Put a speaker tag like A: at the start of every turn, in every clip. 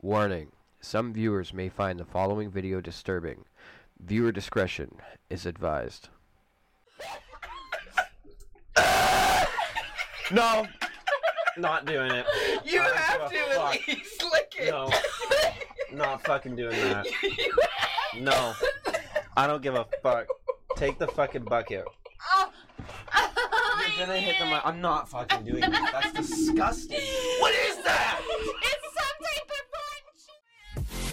A: Warning. Some viewers may find the following video disturbing. Viewer discretion is advised.
B: No. Not doing it.
C: You
B: I
C: have
B: give
C: to
B: a
C: at
B: fuck.
C: least lick it.
B: No. Not fucking doing that. No. I don't give a fuck. Take the fucking bucket. You're gonna hit the mic. I'm not fucking doing it. That's disgusting. What is that?
D: It's some type of lunch.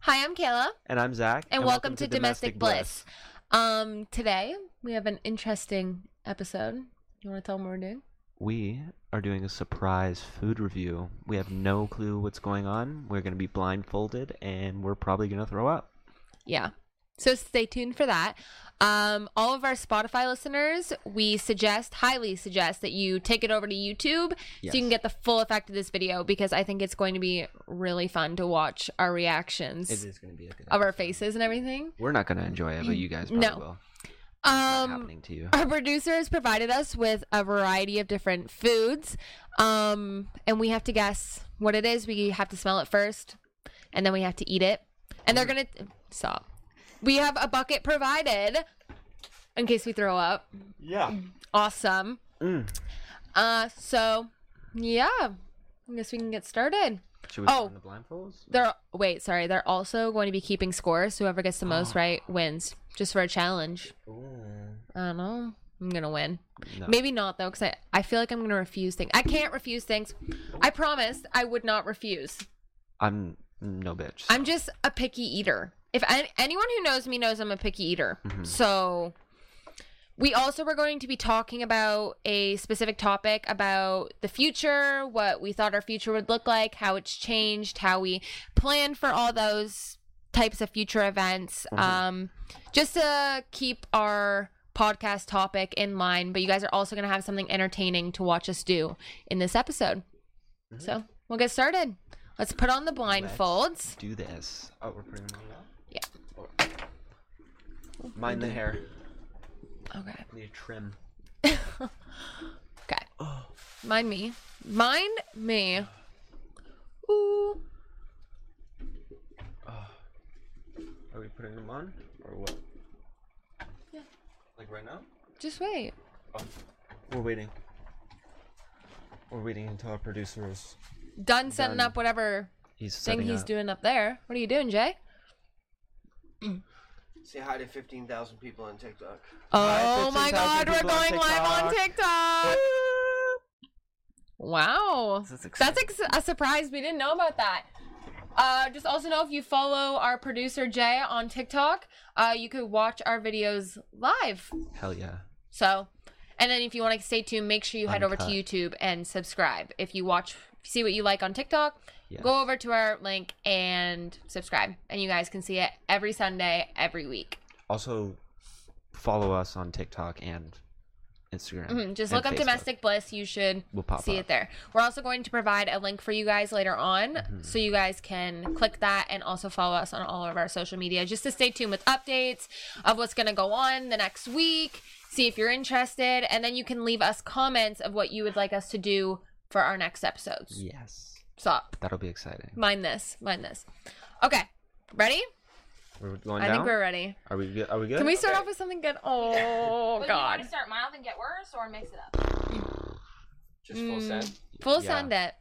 D: Hi, I'm Kayla,
B: And I'm Zach.
D: and, welcome, to, Domestic, Bliss. Um, today we have an interesting episode. You want to tell them what we're doing?
B: We are doing a surprise food review. We have no clue what's going on. We're gonna be blindfolded, and we're probably gonna throw up.
D: Yeah. So stay tuned for that. Um, all of our Spotify listeners, we suggest, highly suggest that you take it over to YouTube so you can
B: Yes.
D: get the full effect of this video because I think it's going to be really fun to watch our reactions
B: is gonna be a good.
D: of our faces and everything.
B: We're not gonna enjoy it, but you guys probably
D: Uh, No.
B: will. Not
D: Um,
B: happening to you.
D: our producer has provided us with a variety of different foods, um, and we have to guess what it is. We have to smell it first, and then we have to eat it. And they're gonna stop. We have a bucket provided in case we throw up.
B: Yeah.
D: Awesome.
B: Mm.
D: Uh, so yeah, I guess we can get started.
B: Should we
D: Oh.
B: put on the blindfolds?
D: They're wait, sorry. They're also going to be keeping score, so whoever gets the most right wins, just for a challenge. I don't know. I'm gonna win.
B: No.
D: Maybe not though, because I, I feel like I'm gonna refuse things. I can't refuse things. I promised I would not refuse.
B: I'm no bitch.
D: I'm just a picky eater. If I, anyone who knows me knows I'm a picky eater, so we also were going to be talking about a specific topic about the future, what we thought our future would look like, how it's changed, how we plan for all those types of future events. Um, just to keep our podcast topic in line, but you guys are also going to have something entertaining to watch us do in this episode. So we'll get started. Let's put on the blindfolds.
B: do this. Oh, we're putting them on. Oh.
D: Yeah.
B: Mind the hair.
D: Okay.
B: Need a trim.
D: Okay.
A: Oh.
D: Mind me. Mind me. Ooh.
B: Are we putting them on or what?
D: Yeah.
B: Like right now?
D: Just wait.
B: We're waiting. We're waiting until our producer is.
D: Done setting
B: Done.
D: up whatever
B: He's
D: thing
B: setting
D: he's
B: up.
D: doing up there. What are you doing, Jay?
A: Say hi to 15,000 people on TikTok.
D: Oh my
B: 15,000
D: god, we're
B: people on
D: going live on TikTok. Wow.
B: This is
D: That's ex- a surprise. We didn't know about that. Uh, just also know if you follow our producer Jay on TikTok, uh, you could watch our videos live.
B: Hell yeah.
D: So, and then if you want to stay tuned, make sure you head over to
B: Uncut.
D: YouTube and subscribe. If you watch, see what you like on TikTok,
B: Yeah.
D: go over to our link and subscribe, and you guys can see it every Sunday, every week.
B: Also, follow us on TikTok and Instagram.
D: Mhm, Just
B: and
D: look up
B: Facebook.
D: domestic bliss. You should
B: We'll pop
D: see
B: up.
D: it there. We're also going to provide a link for you guys later on,
B: Mm-hmm.
D: so you guys can click that and also follow us on all of our social media, just to stay tuned with updates of what's going to go on the next week. See if you're interested, and then you can leave us comments of what you would like us to do for our next episodes.
B: Mm. Yes.
D: Stop.
B: That'll be exciting.
D: Mind this. Mind this. Okay. Ready?
B: We're going
D: I
B: down.
D: think we're ready.
B: Are we good? Are we good?
D: Can we start off with something good? Oh God!
C: start mild and get worse or mix it up?
A: Just full
D: Mm.
A: send.
D: Full
B: Yeah.
D: send it.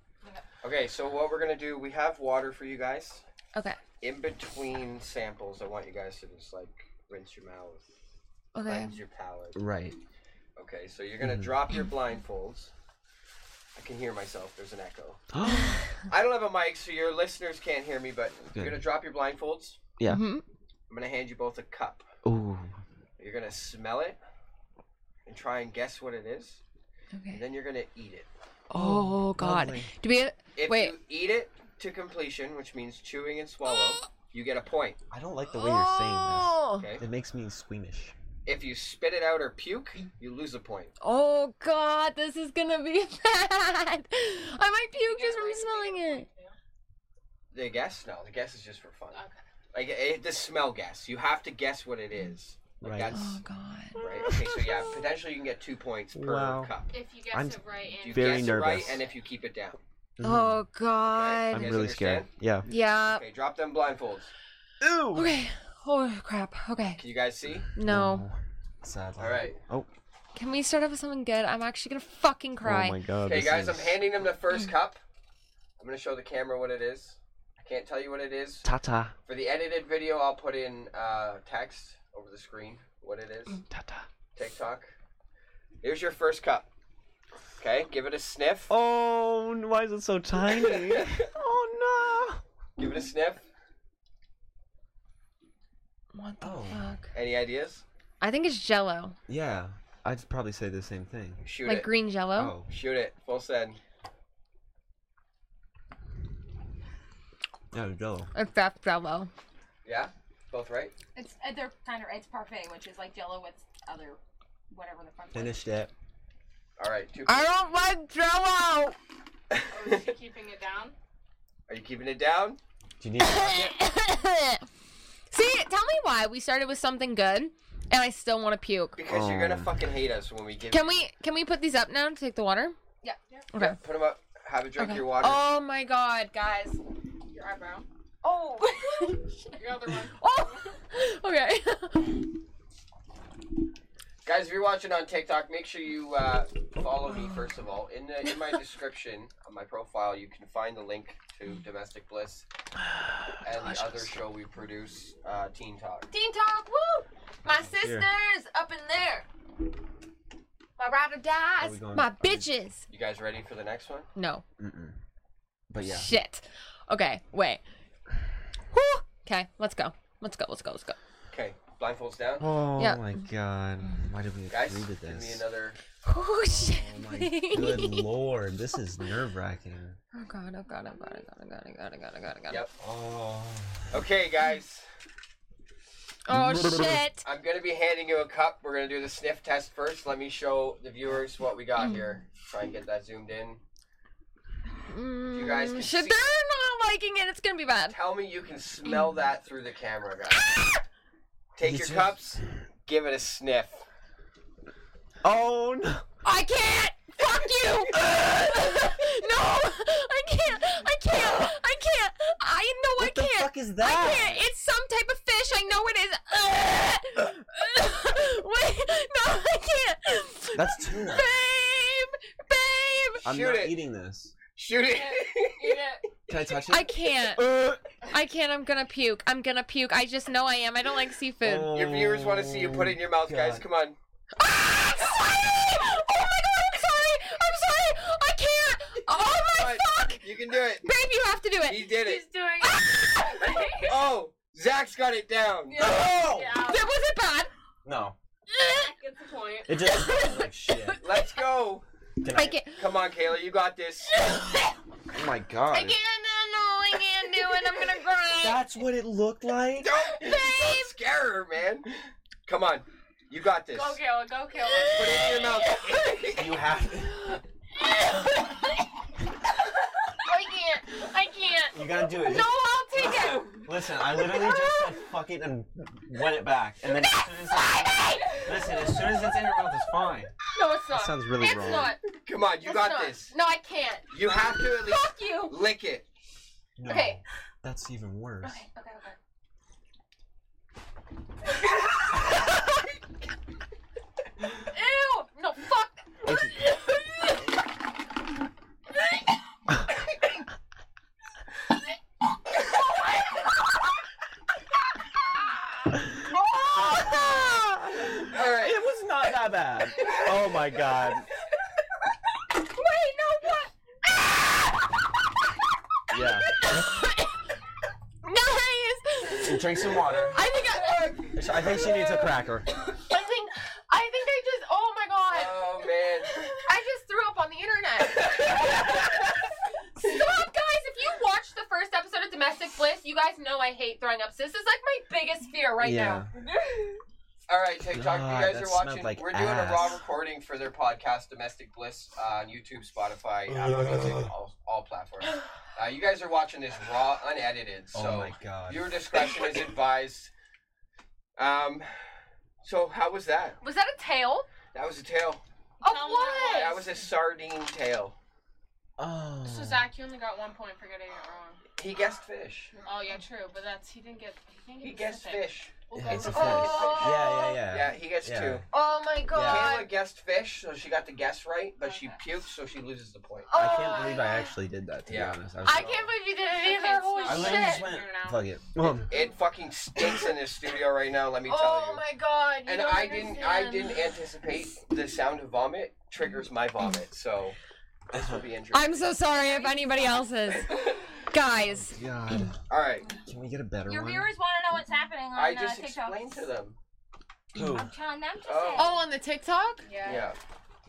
A: Okay, so what we're gonna do, we have water for you guys.
D: Okay.
A: In between samples, I want you guys to just like rinse your mouth,
D: Okay.
A: cleanse your palate.
B: Right.
A: Okay, so you're gonna drop your blindfolds. I can hear myself, there's an echo. I don't have a mic, so your listeners can't hear me, but you're
B: Good.
A: gonna drop your blindfolds.
B: yeah.
D: Mhm.
A: I'm gonna hand you both a cup.
B: Ooh.
A: You're gonna smell it and try and guess what it is,
D: Okay.
A: and then you're gonna eat it.
D: Oh God!
B: lovely.
D: Do we?
A: If
D: Wait.
A: you eat it to completion, which means chewing and swallow, you get a point.
B: I don't like the way you're saying
D: oh,
A: Okay.
B: this. It makes me squeamish.
A: If you spit it out or puke, you lose a point.
D: oh God! This is gonna be bad. I might puke just from smelling it.
A: The guess? No, the guess is just for fun. Like eh, the smell guess. You have to guess what it is. Like
B: Right.
A: That's
D: Oh god.
A: right. Okay, so yeah, potentially you can get two points per
B: Wow.
A: cup.
E: If you guess
B: I'm
E: it right,
A: If
E: and
A: You
B: very
A: guess it right,
B: nervous.
A: and if you keep it down.
D: Oh
A: Okay.
D: god.
B: Mm-hmm. I'm
A: guys
B: really scared. Yeah.
D: Yeah.
A: Okay, drop them blindfolds.
D: Okay. Oh crap. Okay.
A: Can you guys see?
D: No.
B: Sadly.
A: All right.
B: Oh.
D: Can we start off with something good? I'm actually gonna fucking cry.
B: Oh my god.
A: Okay,
B: this
A: guys, I'm
B: is-
A: handing them the first cup. I'm gonna show the camera what it is. I can't tell you what it is.
B: Tata.
A: For the edited video, I'll put in uh, text over the screen what it is.
B: Tata.
A: TikTok. Here's your first cup. Okay, give it a sniff.
B: Oh, n- why is it so tiny? oh
A: Give it a sniff.
D: what the
B: Oh.
D: fuck?
A: Any ideas?
D: I think it's jello.
B: no. Yeah, I'd probably say the same thing.
A: Shoot
D: like
A: it.
D: green
B: oh.
D: jello.
A: Shoot it. Full send.
B: no, no.
D: It's that's jello.
A: Yeah? Both right?
C: It's uh, they're kind of it's parfait, which is like Jello with other whatever the fuck.
B: Finish that.
A: All right. Two
D: I don't like jello!
E: oh, is she keeping it down?
A: Are you keeping it down?
B: Do you need?
D: See, tell me why we started with something good and I still want to puke.
A: Because you're gonna
B: Um.
A: fucking hate us when we give.
D: Can we can we put these up now to take the water?
C: Yeah.
D: Okay.
A: Put them up. Have a drink
D: okay.
A: of your water.
D: Oh my god, guys.
E: Your eyebrow.
C: Oh.
E: Your other one.
D: Oh. Okay.
A: Guys, if you're watching on TikTok, make sure you uh, follow me first of all. In the, in my description on my profile, you can find the link to Domestic Bliss and the other show we produce, uh, Teen Talk.
C: Teen Talk. Woo! My
B: Oh, dear.
C: sisters up in there. My ride or
B: Are we
C: dies.
B: going-
D: my
B: are we-
D: bitches.
A: You guys ready for the next one?
D: No.
B: Mm-mm. But Oh, yeah.
D: Shit. Okay, wait. Whew. Okay, let's go. Let's go. Let's go. Let's go.
A: Okay, blindfolds down.
B: Oh
D: Yeah.
B: my god. Why did we
A: Guys,
B: agree to
A: give me
B: this?
A: another.
D: Oh shit.
B: Oh my good lord, this is nerve wracking.
D: Oh god, oh god, oh god, oh god, oh god, oh god, oh god, oh god.
A: Yep.
B: Oh.
A: Okay, guys,
D: Oh shit.
A: I'm gonna be handing you a cup. We're gonna do the sniff test first. Let me show the viewers what we got here. Try and get that zoomed in. you guys
D: Mm,
A: can
D: shit,
A: see-
D: they're not liking it. It's gonna be bad.
A: Tell me you can smell that through the camera, guys. Take your cups, give it a sniff.
B: Oh no.
D: I can't. Fuck you. no, I can't. I can't. I can't. I know I
B: What the
D: can't.
B: fuck is
D: I
B: that?
D: can't. It's some type of fish. I know it is. Wait, no, I can't.
B: That's tuna.
D: Babe, babe.
B: I'm
A: Shoot
B: not
A: it.
B: eating this.
A: Shoot it.
E: Eat it.
B: Can I touch it?
D: I can't.
A: Uh,
D: I can't. I'm gonna puke. I'm gonna puke. I just know I am. I don't like seafood.
B: Oh.
A: Your viewers want to see you put it in your mouth, guys.
B: God.
A: Come on.
D: Ah, sorry! Oh my god, I'm sorry! I'm sorry! I can't! Oh my
A: Alright.
D: fuck!
A: You can do it.
D: Babe, you have to do it!
A: He did it.
E: He's doing it.
A: Oh, Zach's got it down.
B: No.
E: yeah.
D: That wasn't bad!
B: No.
E: Gets the point.
B: It just smells like shit.
A: Let's go.
B: Can
D: I can't.
A: Come on, Kayla, you got this.
B: Oh my god.
D: I can't, I know, I can't do it. I'm gonna cry.
B: That's what it looked like.
A: Don't, don't scare her, man. Come on, you got this.
E: Go kill it. Go kill
A: Put
E: it.
A: it in your mouth.
B: You have.
E: I can't. I can't.
B: You gotta do it.
E: No, I'll take it.
B: Listen, I literally just said fuck it and went it back, and then as soon as I, listen, as soon as it's in your mouth, it's fine.
E: No, it's not.
B: sounds really
E: it's
B: wrong.
E: not.
A: Come on, you
E: It's
A: got
E: not.
A: this.
E: No, I can't.
A: You have to at least
E: Fuck you.
A: lick it.
B: No,
E: Okay.
B: that's even worse.
E: Okay, okay, okay. Ew! No, fuck!
A: All right.
B: was not that bad. Oh my god. Wait, no, what? Yeah.
D: Guys!
B: Drink some water.
D: I think I.
B: I think she needs a cracker.
E: I think, I think I just, oh my god!
A: Oh man.
E: I just threw up on the internet. Stop, guys! If you watched the first episode of Domestic Bliss, you guys know I hate throwing up. So This is like my biggest fear right
B: yeah.
E: now.
F: All right, TikTok,
B: God,
F: you guys
B: that
F: are
B: smelled
F: watching.
B: like
F: We're doing a raw
B: ass.
F: recording for their podcast, Domestic Bliss, on YouTube, Spotify, Apple Music, all, all platforms. Uh, you guys are watching this raw, unedited, so
B: Oh god.
F: viewer discretion is advised. Um, so how was that?
G: Was that a tail?
F: That was a tail.
G: Of
E: Tell me
G: what?
F: That was a sardine tail.
B: Oh.
E: So Zach, you only got one point for getting it wrong.
F: He guessed fish.
E: Oh yeah, true, but that's he didn't get. He, didn't get
F: He guessed
E: specific. Oh,
F: fish.
E: We'll
B: Yeah,
E: go
B: it's
E: for
B: a
E: fish.
B: fish. Yeah, yeah, yeah.
F: Yeah, he gets
B: Yeah.
F: two.
G: Oh my god.
F: Kayla guessed fish, so she got the guess right, but she
E: Okay.
F: puked, so she loses the point.
G: Oh,
B: I can't believe
G: my
B: I
G: God.
B: actually did that. To be
F: Yeah.
B: honest, I, was
G: I
B: like,
G: can't believe you did it
E: Okay,
G: either.
E: it's
G: Holy
E: not-
B: I
G: shit.
B: literally just went.
E: Figure it out.
B: Fuck it.
F: It fucking stinks in this studio right now. Let me tell
G: oh
F: you.
G: my god. You
F: and
G: don't
F: I didn't, I
G: understand.
F: didn't anticipate the sound of vomit triggers my vomit. So this will be interesting.
D: I'm so sorry if anybody else is. Guys,
B: God.
F: All right,
B: Can we get a better
H: Your
B: one?
H: viewers want to know what's happening on
F: I
H: uh,
F: just
H: TikTok.
F: explained to them.
B: Who?
H: I'm telling them to
F: Oh.
H: say.
E: Oh, on the TikTok.
F: Yeah.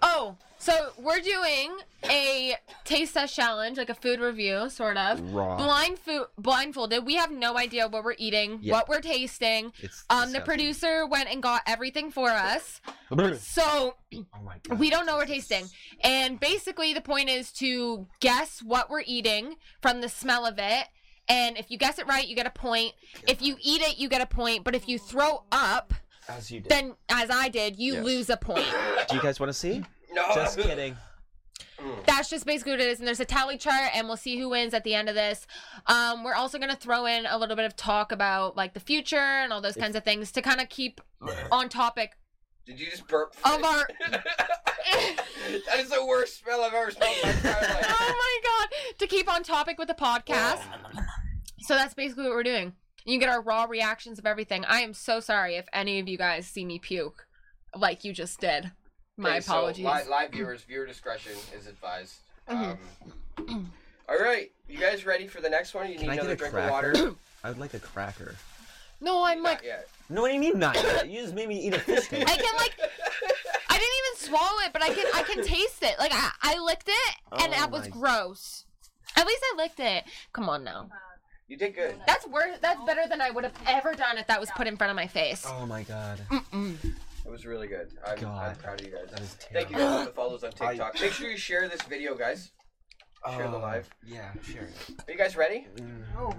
D: Oh, so we're doing a taste test challenge, like a food review, sort of.
B: Raw.
D: Blind food, blindfolded. We have no idea what we're eating,
B: Yeah.
D: what we're tasting.
B: It's
D: Um, the
B: disgusting.
D: producer went and got everything for us,
B: oh
D: so
B: my god.
D: we don't know we're tasting. And basically, the point is to guess what we're eating from the smell of it. And if you guess it right, you get a point. If you eat it, you get a point. But if you throw up,
B: As you did.
D: then as I did, you
B: Yes.
D: lose a point.
B: Do you guys want to see?
F: No. Mm.
B: Just kidding.
D: That's just basically what it is. And there's a tally chart, and we'll see who wins at the end of this. Um, we're also gonna throw in a little bit of talk about like the future and all those kinds of things to kind of keep on topic
F: Did you just burp?
D: of our.
F: that is the worst smell I've ever smelled in my entire life.
D: oh my god! To keep on topic with the podcast. So that's basically what we're doing. You get our raw reactions of everything. I am so sorry if any of you guys see me puke, like you just did. My
F: Okay, so
D: apologies.
F: li- live viewers, viewer discretion is advised. Um, all right, you guys ready for the next one? You
B: Can
F: need
B: I get
F: another
B: a
F: drink
B: cracker?
F: of water.
B: I would like a cracker.
D: no, I'm like.
F: yeah.
B: No, what do you mean not? yet? You just made me eat a fish cake.
D: I can like I didn't even swallow it, but I can I can taste it. Like I, I licked it and
B: Oh
D: that was
B: my-
D: gross. At least I licked it. Come on now.
F: You did good.
D: That's worse that's better than I would have ever done if that was put in front of my face.
B: Oh my god.
F: It was really good. I'm, I'm
B: God.
F: proud of you guys.
B: That is
F: Thank you
B: terrible.
F: guys for the follows on TikTok. Make sure you share this video, guys. Share the
B: Uh,
F: live.
B: Yeah, share it.
F: Are you guys ready?
B: Um,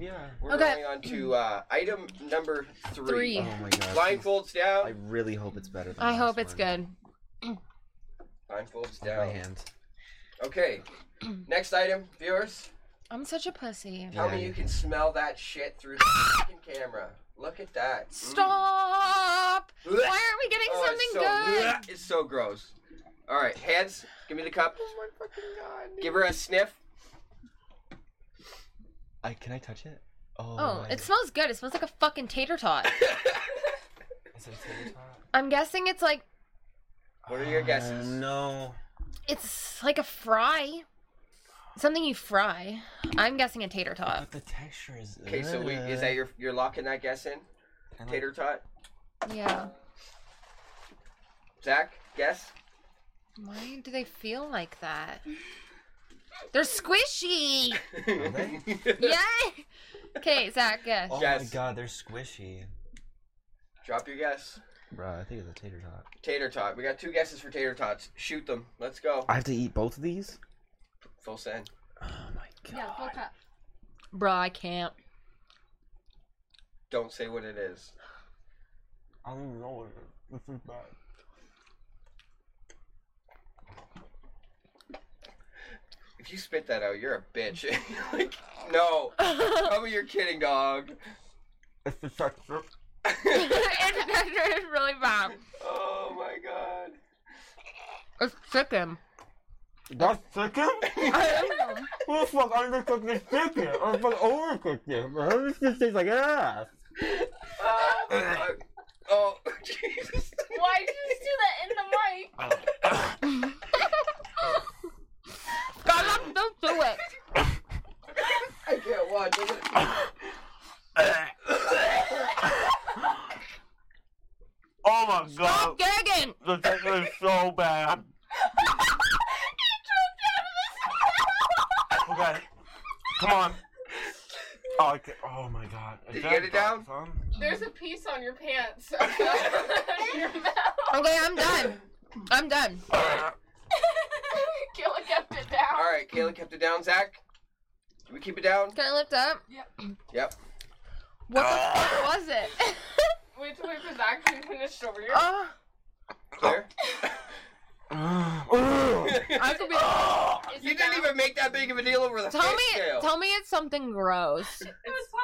B: yeah.
F: We're
D: Okay.
F: going on to uh, item number
D: Three.
F: three.
B: Oh my god.
F: Blindfolds
B: I
F: down.
B: really hope it's better than
D: I
B: the
D: hope
B: last
D: it's
B: one.
D: good.
F: Blindfolds
B: With My
F: down.
B: hand.
F: Okay. Next item, viewers.
D: I'm such a pussy.
F: Tell
B: Yeah,
F: me
B: you
F: you can smell that shit through the fucking camera. Look at that. Mm.
D: Stop!
F: Blech.
D: Why aren't we getting
F: Oh,
D: something
F: it's so,
D: good?
F: blech. It's so gross. All right, hands. Give me the cup. Give her a sniff.
B: I can I touch it? Oh.
D: Oh,
B: my
D: it smells good. It smells like a fucking tater tot.
B: God. Is it a tater tot?
D: I'm guessing it's like
F: What are your
B: Oh,
F: guesses?
B: No.
D: it's like a fry. Something you fry. I'm guessing a tater tot.
B: But the texture is.
F: Okay, so we, is that your you're locking that guess in?
B: I like-
F: Tater tot.
D: Yeah.
F: Zach, guess.
D: Why do they feel like that? They're squishy. Yay! Okay, Zach, guess.
B: Oh
F: Yes.
B: my god, they're squishy.
F: Drop your guess.
B: Bro, I think it's a tater tot.
F: Tater tot. We got two guesses for tater tots. Shoot them. Let's go.
B: I have to eat both of these?
F: Full send.
B: Oh my god.
H: Yeah, full cup.
D: Bruh, I can't.
F: Don't say what it is.
B: I don't even know what it is. This is bad.
F: If you spit that out, you're a bitch. like, no. Tell me you're kidding, dog.
B: It's the texture.
D: it's really bad.
F: Oh my god.
D: It's chicken.
B: That's chicken? Who the fuck undercooked this chicken? Or fuck overcooked it? Bro, this just tastes like ass.
F: Oh,
A: Ah.
F: fuck. oh Jesus.
G: Why did you just do that in the mic?
D: God, don't do it.
F: I can't watch. Look at-
I: Oh my god,
D: Gagging.
I: the texture is so bad. Okay, come on. Oh, I ca- oh my god. I
A: Did you get it down?
I: Son.
E: There's a piece on your pants.
F: Your mouth.
D: Okay, I'm done. I'm done.
F: Killa kept it down.
A: All right, Kayla kept it down. Zach, can we keep it down?
D: Can I lift up?
A: Yep.
D: What the fuck was it?
E: wait till we for Zach to finish over here.
D: oh,
A: Clear.
D: I could be.
A: Oh, you didn't even make that big of a deal over the
D: Tell
A: fish
D: me,
A: scale.
D: tell me it's something gross.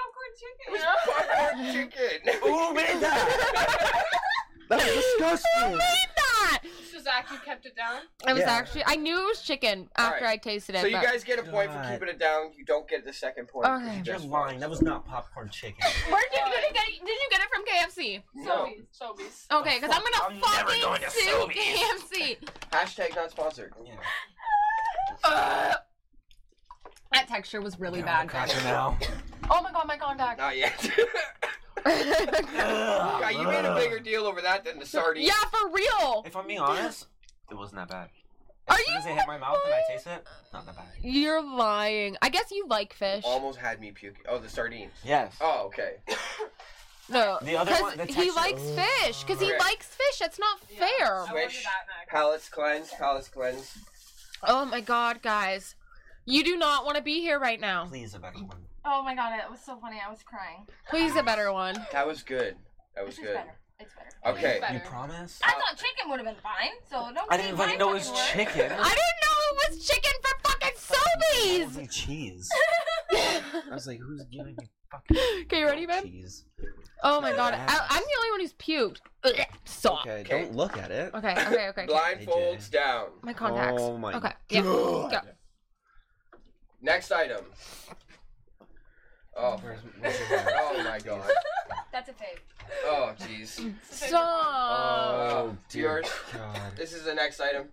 A: Popcorn chicken.
I: Who made that?
H: Um,
J: That was disgusting.
D: that?
E: So Zach, you kept it down.
D: It was
I: Yeah.
D: actually. I knew it was chicken after
A: Alright.
D: I tasted it.
A: so you
D: but-
A: guys get a point for
B: God.
A: keeping it down. You don't get the second point. 'cause
D: Okay.
A: you
B: You're
A: just
B: lying. That was not popcorn chicken.
D: Where did you get it? Did you get it from KFC?
A: No.
E: Sobeys.
D: Okay, because I'm gonna
B: I'm never
D: fucking
B: going to
D: sue
B: Sobeys.
D: KFC.
A: Hashtag not sponsored.
B: Yeah.
D: Ugh. that texture was really
B: Yeah,
D: bad.
B: cracker now.
E: Oh my god, my contact.
A: Not yet.
B: Ugh,
A: yeah, you made a
B: ugh.
A: bigger deal over that than the sardine.
D: yeah, for real.
B: If I'm being honest, it wasn't that bad.
D: Are
B: As soon
D: you
B: as it hit my mouth and I taste it, not that bad.
D: You're lying. I guess you like fish.
A: Almost had me puking. Oh, the sardines.
B: Yes.
A: Oh, okay.
D: No,
B: The other
D: because
B: one- the
D: he
B: texture-
D: likes fish. Because he
A: Okay.
D: likes fish. That's not fair.
A: Swish. Palates cleanse. Palates cleanse.
D: Oh my god, guys, you do not want to be here right now.
B: Please, a better one.
H: Oh my god, it was so funny. I was crying.
D: Please, a better one.
A: That was good. That was
H: This is
A: good. Uh,
H: better. It's better.
A: Okay.
B: You
E: Better.
B: promise?
H: I thought chicken would have been fine, so don't.
B: I didn't
H: say
B: fucking
H: my
B: know it was
H: fucking word.
B: chicken.
D: I didn't know it was chicken for fucking Sobeys.
B: Holy cheese. I was like, who's giving me
D: Okay, you ready, man?
B: cheese?
D: Oh my god, I,
B: Yes.
D: I'm the only one who's puked. Ugh, Stop.
B: Okay,
A: Okay.
B: don't look at it.
D: Okay, okay, okay. okay.
A: Blindfolds down.
D: My contacts.
J: Oh my
D: okay. Yeah. Go.
A: Next item. Oh.
B: Where's, where's your hand?
A: Oh my god.
H: That's a fave.
A: Oh jeez.
D: Stop.
A: Oh,
B: Oh,
A: dear
B: dear God.
A: This is the next item.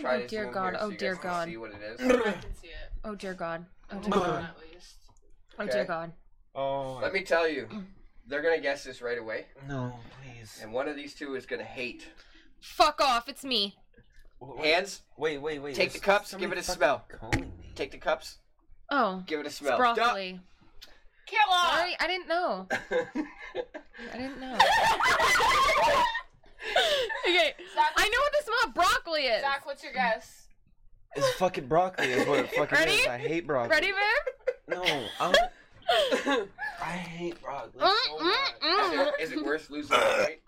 A: Try
D: Oh,
A: to
D: dear
A: zoom
D: God.
A: here
D: Oh,
A: you
D: dear
A: guys can
D: God.
A: See what it is.
E: I can see it.
D: Oh dear God. Oh dear
E: Mine,
D: God.
E: at least.
D: Oh
A: Okay.
D: dear God.
B: Oh,
A: Let me tell you, they're gonna guess this right away,
B: no, please.
A: and one of these two is gonna hate.
D: Fuck off. It's me.
B: Wait,
A: Hands,
B: wait, wait. wait.
A: Take
B: there's
A: the cups,
B: somebody
A: give it a
B: fucking
A: smell.
B: Calling me.
A: take the cups,
D: Oh.
A: give it a
D: It's
A: smell.
D: broccoli.
E: Killa.
D: Sorry, I didn't know.
A: Duh.
D: I didn't know. okay.
E: Zach,
D: I know what the smell of broccoli is.
E: Zach, what's your guess?
B: It's fucking broccoli. Is what it fucking
D: Ready?
B: is. I hate broccoli.
D: Ready, babe?
B: No, I'm, I hate broccoli so
D: Mm,
B: much.
A: is,
D: mm, mm.
A: it, is it worth losing the fight?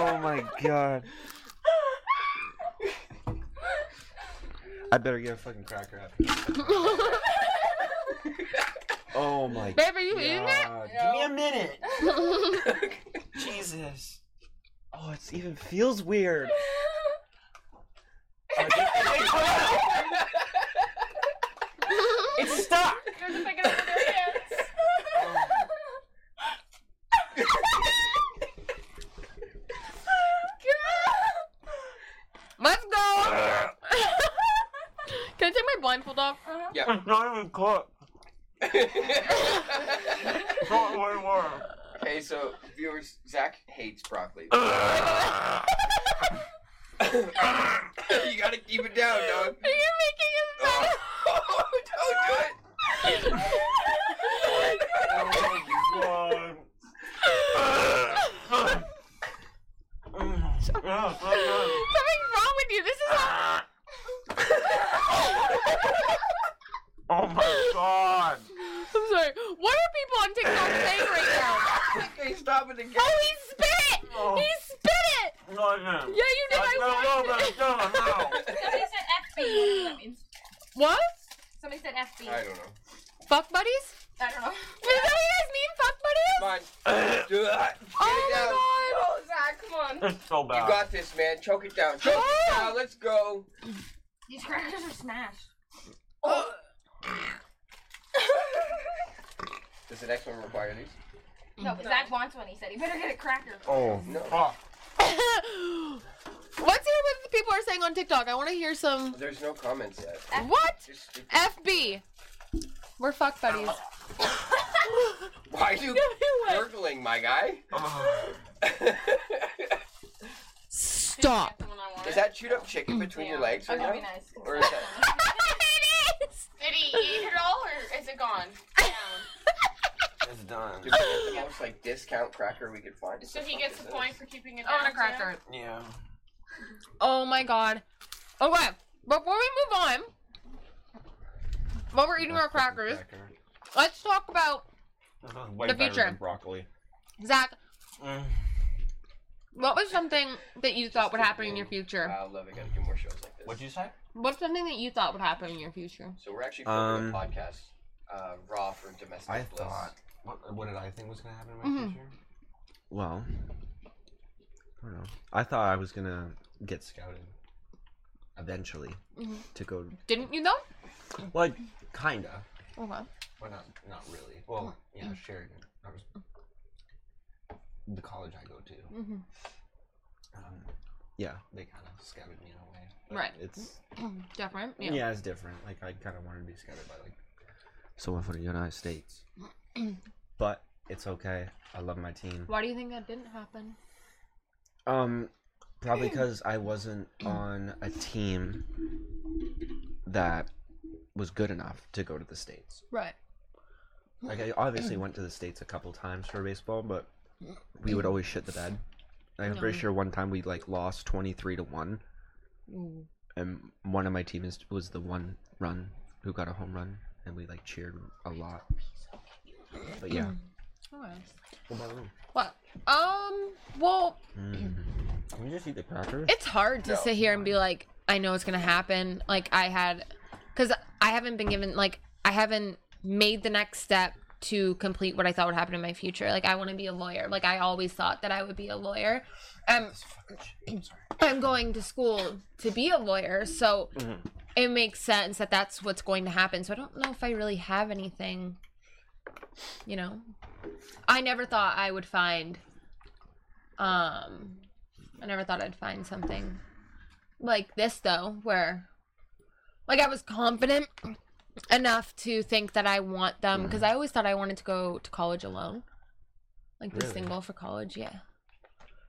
B: Oh my god. I better get a fucking cracker after. Oh my god.
D: Babe, are you eating it?
B: Give me a minute. Jesus. Oh, it even feels weird. Oh, it- it's stuck.
E: They're just picking up with their hands.
D: Let's go. Can I take my blindfold off?
E: Uh-huh.
I: It's not even cooked. It's not way warm.
A: okay, so viewers, Zach hates broccoli. you gotta keep it down, dog.
D: You're making
A: Oh, don't do it.
I: Oh my god. Mm. Yeah, it's not good.
D: something wrong with you. This is not.
I: Oh my god.
D: I'm sorry. What are people on TikTok saying right now?
A: Okay, stop it again.
D: Oh, he spit it.
I: Oh.
D: He spit it.
I: No, no.
D: Yeah, you did. I
I: No, no,
D: watched
I: no,
D: it.
I: no, no.
H: Somebody said FB. What does that mean?
D: What?
H: Somebody said FB.
A: I don't know.
D: Fuck buddies?
H: I don't
D: Is
H: know.
D: that what you guys mean? Fuck buddies?
A: Come on. Do it. Get it down.
D: Oh my god.
E: Oh, Zach, come on.
I: It's so
A: You
I: bad.
A: got this, man. Choke it down. Choke it down. Let's go.
H: These crackers are smashed.
A: Does the next one require these?
D: Mm-hmm.
H: No, because Zach wants one. He said he better get a cracker.
I: oh,
A: No.
I: fuck.
D: Let's hear what the people are saying on TikTok. I want to hear some.
A: There's no comments yet.
D: What?
A: Just stupid.
D: FB. We're fuck buddies.
A: Why are you
D: Anyway.
A: gurgling, my guy?
I: Oh.
D: Stop.
E: That's the one I wanted.
A: is that chewed up chicken between your legs right
H: That'd be
A: now?
H: nice.
A: Or is that?
D: it is.
E: Did he eat it all, or is it gone?
D: I
A: Did we get the most like discount cracker we could find? What
H: So
A: the
H: he
A: fuck
H: gets
A: is
H: the
A: this?
H: point for keeping it
D: I
H: down.
D: want a cracker.
F: Yeah.
D: Oh my god. Okay, before we move on, while we're eating our crackers, let's talk about
F: Way
D: The
F: better
D: future.
F: than broccoli.
D: Zach.
F: Mm.
D: What was something that you thought would
A: keep
D: happen in your
A: going.
D: future?
A: Wow, love it. Gotta do more shows like this.
F: What'd you say?
D: What's something that you thought would happen in your future?
A: So we're actually filming
B: Um,
A: a podcast, uh, raw for domestic
F: I
A: bliss.
F: thought. What, what did I think was gonna happen in my
D: Mhm.
F: future?
B: Well, I don't know.
F: I thought I was gonna get scouted
B: Eventually,
D: Mhm.
B: to go.
D: Didn't you though?
F: Like, kinda,
D: Okay.
F: but not not really. Well,
D: Mm-hmm.
F: yeah, Sheridan. That was the college I go to.
D: Mhm.
F: Um,
B: Yeah.
F: they kind of scouted me in a way.
D: Right.
F: It's
D: Different.
F: yeah.
D: Yeah.
F: it's different. Like I kind of wanted to be scouted by like
B: Someone from the United States.
F: but it's okay. I love my team.
D: Why do you think that didn't happen?
B: Um, probably because I wasn't on a team that was good enough to go to the states.
D: Right.
B: Like I obviously went to the states a couple times for baseball, but we would always shit the bed. Like, I'm pretty
D: No.
B: sure one time we like lost twenty three to one, and one of my teammates was the one run who got a home run, and we like cheered a lot. But yeah,
D: Okay.
F: What about you?
D: What? Um. Well,
B: Mm.
F: Can you just eat the crackers?
D: it's hard to sit here and be like, I know it's gonna happen. Like I had, because I haven't been given like I haven't made the next step to complete what I thought would happen in my future. Like I want to be a lawyer. Like I always thought that I would be a lawyer. Um, I'm going to school to be a lawyer, so it makes sense that that's what's going to happen. So I don't know if I really have anything. You know, I never thought I would find. Um, I never thought I'd find something like this though, where like I was confident enough to think that I want them because I always thought I wanted to go to college alone, like be
F: Really?
D: single for college. Yeah,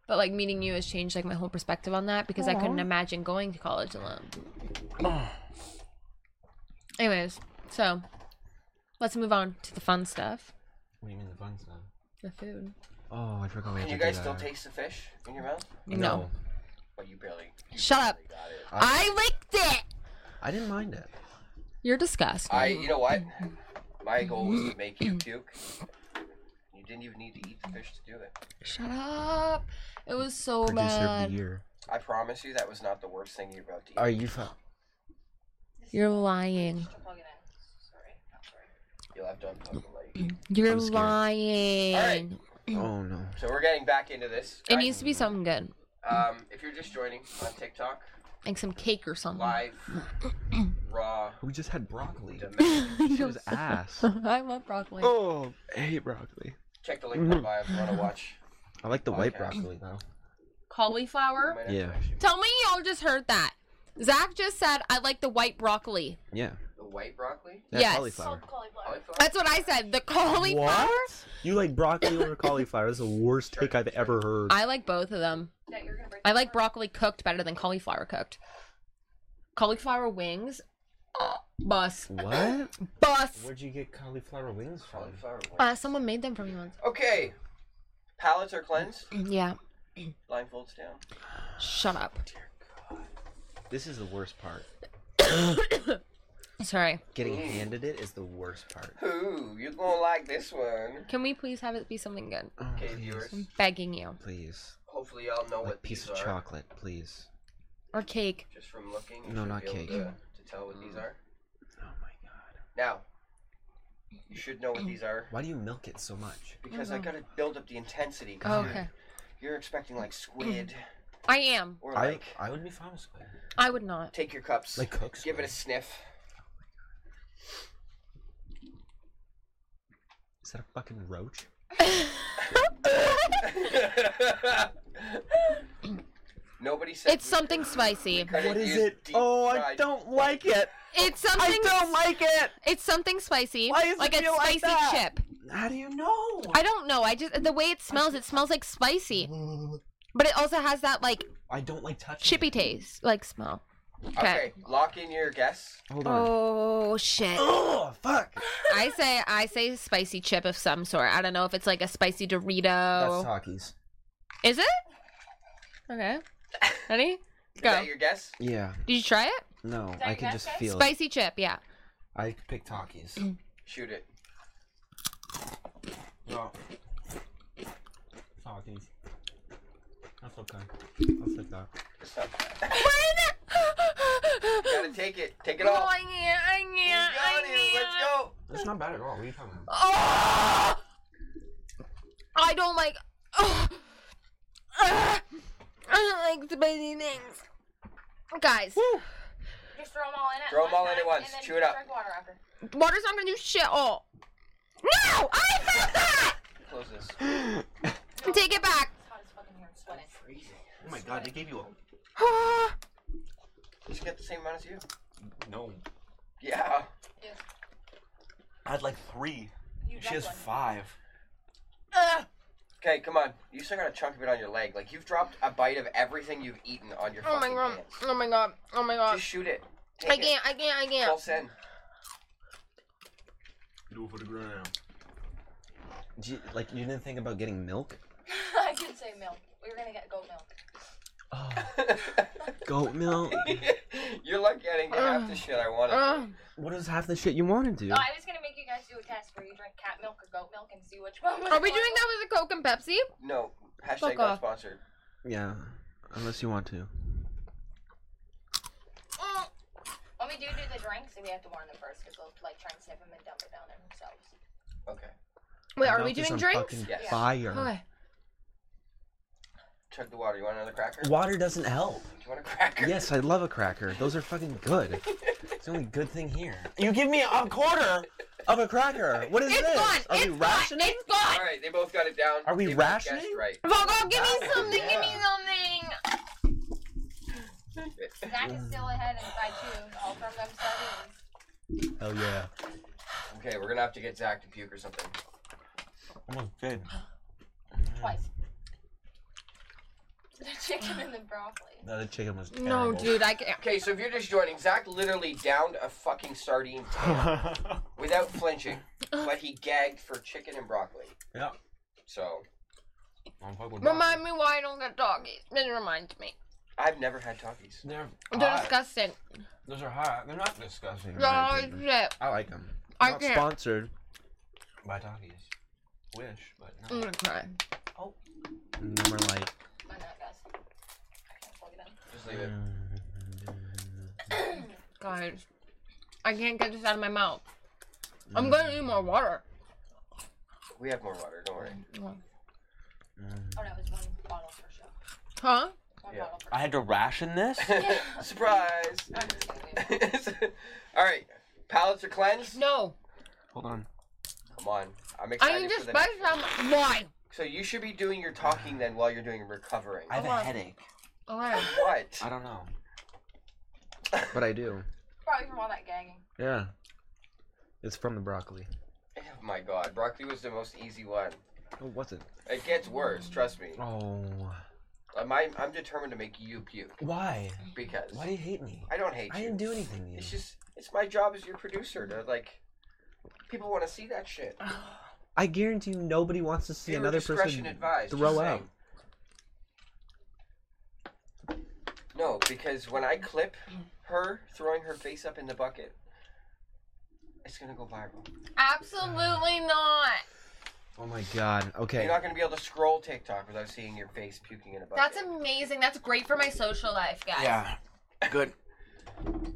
D: but like meeting you has changed like my whole perspective on that because I couldn't imagine going to college alone. Anyways, so let's move on to the fun stuff,
F: What do you mean the fun stuff?
D: the food.
B: Oh, I forgot we had
A: Can you
B: to do
A: guys still
B: that.
A: taste the fish in your mouth?
D: No.
A: But you barely. you
D: Shut up.
A: barely Got it.
D: I licked it.
B: I didn't mind it.
D: You're disgusting.
A: I. You know what? My goal was to make you puke. You didn't even need to eat the fish to do it.
D: Shut up. It was so
B: Producer of
D: bad.
B: the year.
A: I promise you, that was not the worst thing you're about to eat.
B: Are you? Fu-
D: You're lying.
E: Plug it in. Sorry. Not sorry.
A: You'll have to unplug the light.
D: You're
B: I'm scared.
D: lying.
A: Alright.
B: oh no.
A: So we're getting back into this.
D: It
A: Guys,
D: needs to be something good,
A: Um, if you're just joining on TikTok,
D: like some cake or something.
A: live, raw,
B: We just had broccoli.
A: domestic.
B: She was ass.
D: I love broccoli.
B: oh, I hate broccoli.
A: Check the link in the bio if you want to watch.
B: I like the white
A: Okay.
B: broccoli.
F: though.
A: You
D: Cauliflower.
A: might have to
B: Yeah.
A: actually-
D: Tell me y'all just heard that. Zach just said I like the white broccoli.
B: Yeah.
A: The white broccoli?
B: That's
D: Yes.
B: cauliflower.
E: Cauliflower.
A: Cauliflower?
D: That's what I said. The cauliflower.
B: You like broccoli over cauliflower? That's the worst take I've ever heard.
D: I like both of them.
E: That you're gonna break
D: I like broccoli cooked better than cauliflower cooked. Cauliflower wings. uh, Bus.
B: What?
D: Bus.
F: Where'd you get cauliflower wings from?
A: Cauliflower.
D: Uh, someone made them for me once.
A: Okay. Palates are cleansed.
D: Yeah.
A: Blindfolds down.
D: Shut up.
B: This is the worst part.
D: Sorry.
B: Getting
A: Mm.
B: handed it is the worst part.
A: Ooh, you're gonna like this one.
D: Can we please have it be something good?
B: Oh,
A: Okay,
B: please.
A: viewers.
D: I'm begging you.
B: Please.
A: Hopefully y'all know
B: Like
A: what
B: piece
A: these
B: of
A: are.
B: chocolate, please.
D: Or cake.
A: Just from looking. you
B: No,
A: should
B: not
A: be able
B: cake.
A: To, to tell what these are.
B: Oh my god.
A: Now, you should know what these are
B: Why do you milk it so much?
A: because I gotta build up the intensity.
D: Oh, okay.
A: You're expecting like squid
D: I am.
A: or
F: I
A: like
F: I would be fine with squid.
D: I would not.
A: take your cups,
F: Like cooks.
A: give it a sniff.
B: Is that a fucking roach?
A: Nobody said
D: It's something spicy.
A: What
B: Oh, don't like it.
D: It's something.
B: like it.
D: It's something spicy.
B: Why does it
D: like a
B: feel like
D: spicy
B: that?
D: chip.
F: How do you know?
D: I don't know. I just the way it smells. It smells like spicy, but it also has that like
F: I don't like touching.
D: chippy taste, like smell. Okay.
A: Okay, lock in your guess.
B: Hold on.
D: Oh shit.
B: Oh, fuck.
D: I say I say spicy chip of some sort. I don't know if it's like a spicy Dorito.
B: That's Takis.
D: Is it? Okay. Ready?
A: Is
D: Go.
A: that your guess?
B: Yeah.
D: Did you try it?
B: No,
H: that
B: I
H: your
B: can
H: best
B: just
H: guess?
B: feel it.
D: Spicy chip, yeah.
B: I picked Takis.
D: Mm.
A: Shoot it.
F: No. Talkies. That's okay. I'll take that.
A: It's not bad.
D: I
A: Gotta take it. Take it
D: can't,
A: all.
D: I
A: You
D: can't,
A: got it.
D: I
A: Let's
D: can't.
A: go.
F: That's not bad at all. What are you talking about?
D: Oh! I don't like. Oh! Ah! I don't like spicy things. Guys,
H: Just throw them all in at
A: Throw 'em
H: one
A: all in at
H: time,
A: once.
H: and then
A: Chew it up.
H: Drink water after.
D: water's not gonna do shit all. No! I found that!
A: Close this.
D: Take it back.
H: It's hot as fucking here. I'm sweating.
F: Oh my god, they gave you a.
D: Oh
A: Just get the same amount as you.
F: No.
A: Yeah.
F: I had like three.
H: You
F: She
H: got
F: has
H: one.
F: five.
A: Okay, come on. You still got a chunk of it on your leg. Like you've dropped a bite of everything you've eaten on your
D: Oh my
A: fucking
D: god.
A: pants.
D: Oh my god. Oh my god.
A: Just shoot it. Take
D: I can't. I can't. I
A: It.
D: can't.
A: Pulse in.
F: Do it for the gram.
B: Do you, like you didn't think about getting milk?
H: I did say milk. We were gonna get goat milk.
B: Oh, goat milk.
A: You're lucky I didn't get half the shit I wanted.
D: Ugh.
B: What is half the shit you want to do?
H: No, Oh, I was gonna make you guys do a test where you drink cat milk or goat milk and see which one. Was
D: Are we
H: more-
D: doing that with a Coke and Pepsi?
A: no.
D: Fuck
A: Hashtag not
D: off.
A: sponsored.
B: Yeah, unless you want to.
H: When we do do the drinks, we have to warn them first because they'll like try and sniff them and dump it down there themselves.
A: Okay.
D: Wait,
B: My
D: are we
B: mouth is
D: doing
B: on
D: drinks?
B: fucking
A: Yes.
B: Fire.
D: Okay.
A: Chug the water. You want another cracker?
B: Water doesn't help.
A: Do you want a cracker?
B: Yes, I love a cracker. Those are fucking good. It's the only good thing here.
K: You give me a quarter.
B: Of a cracker. What is
D: It's
B: this?
D: gone.
B: Are
D: It's
B: we
D: gone.
B: rationing?
D: It's gone.
A: All right, they both got it down.
B: Are we
A: They both guessed
B: rationing?
A: Right.
D: Vogo, give me something. Give me
A: Yeah.
D: something.
H: Zach is still ahead and by two, all from them starting.
B: Hell yeah.
A: Okay, we're gonna have to get Zach to puke or something.
K: Almost dead.
H: Twice. The chicken and the broccoli.
B: No, the chicken was
D: No,
B: terrible.
D: dude, I can't.
A: Okay, so if you're just joining, Zach literally downed a fucking sardine can without flinching, but he gagged for chicken and broccoli.
B: Yeah.
A: So
D: Remind me why I don't get doggies. This reminds me.
A: I've never had talkies.
F: They're
D: They're
F: hot.
D: disgusting.
F: Those are hot. They're not disgusting. in
D: They're
F: my
D: all
F: opinion.
D: shit.
B: I like them.
D: I
B: Not
D: can't.
B: sponsored.
F: By doggies. Wish, but no.
D: I'm gonna cry.
B: And then we're like, uh,
H: Why not, guys? I can't plug it in.
A: Just leave it.
D: Guys, I can't get this out of my mouth. I'm
B: mm,
D: gonna need more water.
A: We have more water. Don't worry.
B: mm.
H: Oh no, it was one bottle per show.
D: Huh?
H: One
A: Yeah.
H: bottle per
K: I had to ration this.
A: Surprise!
H: I'm just kidding, we have-
A: All right, palates are cleansed.
D: No.
F: Hold on.
A: Come on, I'm
D: I
A: excited
D: need
A: for
D: to
A: the
D: spice
A: next one.
D: some. Why?
A: So you should be doing your talking then while you're doing recovering.
F: I have
D: Hold
F: a
D: on.
F: headache.
D: Alright.
A: What?
F: I don't know.
B: but I do.
H: Probably from all that gagging.
B: Yeah. It's from the broccoli.
A: Oh my god, broccoli was the most easy one.
B: Oh, what's it?
A: It gets worse, trust me.
B: Oh.
A: I'm, I'm I'm determined to make you puke
B: Why?
A: because
B: Why do you hate me?
A: I don't hate
B: I
A: you.
B: didn't do anything to you.
A: It's just it's my job as your producer to like people want to see that shit.
B: I guarantee you nobody wants to see
A: Viewer
B: another
A: discretion
B: person
A: advised,
B: throw
A: just
B: out.
A: saying. No, because when I clip her throwing her face up in the bucket, it's gonna go viral.
D: Absolutely not.
B: Oh my god. Okay.
A: You're not gonna be able to scroll TikTok without seeing your face puking in a bucket.
D: That's amazing. That's great for my social life, guys.
K: Yeah. Good.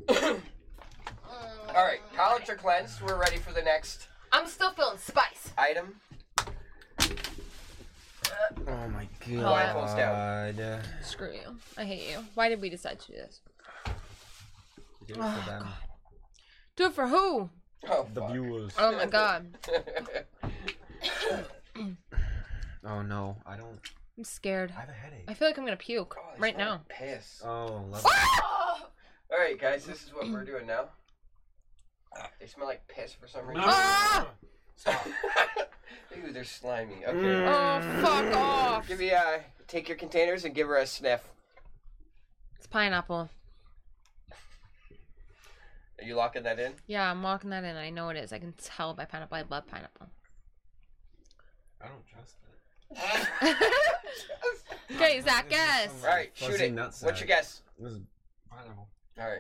A: All right, palates are cleansed. We're ready for the next
D: Mm. I'm still feeling spice.
A: item.
B: Oh my god.
A: Blindfolds down.
D: Screw you. I hate you. Why did we decide to do this?
B: Do it for them.
D: Do it for who?
A: Oh,
F: The
A: fuck.
F: viewers.
D: Oh my god.
B: Oh no, I don't.
D: I'm scared.
B: I have a headadeche.
D: I feel like I'm gonna puke
A: God,
D: right
A: it's not
D: now.
A: Piss.
B: Oh, love
A: All right, guys, this is what we're doing now. They smell like piss for some reason.
D: Ah!
A: Ooh, they're slimy. Okay.
D: Oh,
F: Mm.
D: fuck off.
A: Give me uh, take your containers and give her a sniff.
D: It's pineapple.
A: Are you locking that in?
D: Yeah, I'm locking that in. I know it is. I can tell by pineapple. I love pineapple.
F: I don't trust it.
D: okay, Zach, guess.
A: All right, shoot
F: Fuzzy
A: it.
F: nutsack.
A: What's your guess?
F: This is pineapple.
A: All right.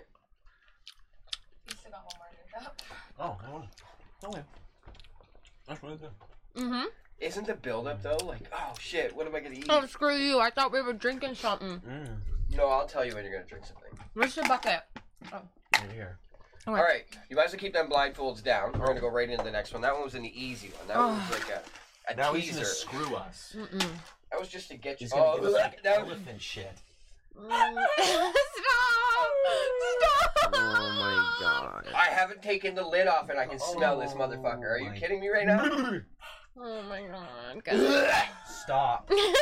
H: You still got one more to go.
K: Oh, no. Okay. That's really good.
D: Mm-hmm.
A: Isn't the buildup though like, oh shit, what am I gonna eat?
D: Oh, screw you. I thought we were drinking something.
F: Mm,
A: No, I'll tell you when you're gonna drink something.
D: Where's your bucket? Oh.
F: right here.
D: Okay.
A: All right, you might as well keep them blindfolds down. We're gonna go right into the next one. That one was an easy one. That one was like a, a
K: Now he's
A: teaser.
K: gonna screw us.
D: Mm-mm.
A: That was just to get you.
F: He's gonna
A: Oh,
F: give us like
A: that was
F: elephant shit.
D: Mm. Stop! Stop!
B: Oh my god.
A: I haven't taken the lid off and I can smell this
F: Oh
A: motherfucker. Are you
F: my-
A: kidding me right now?
D: Oh my god. guys.
F: Stop. Jay,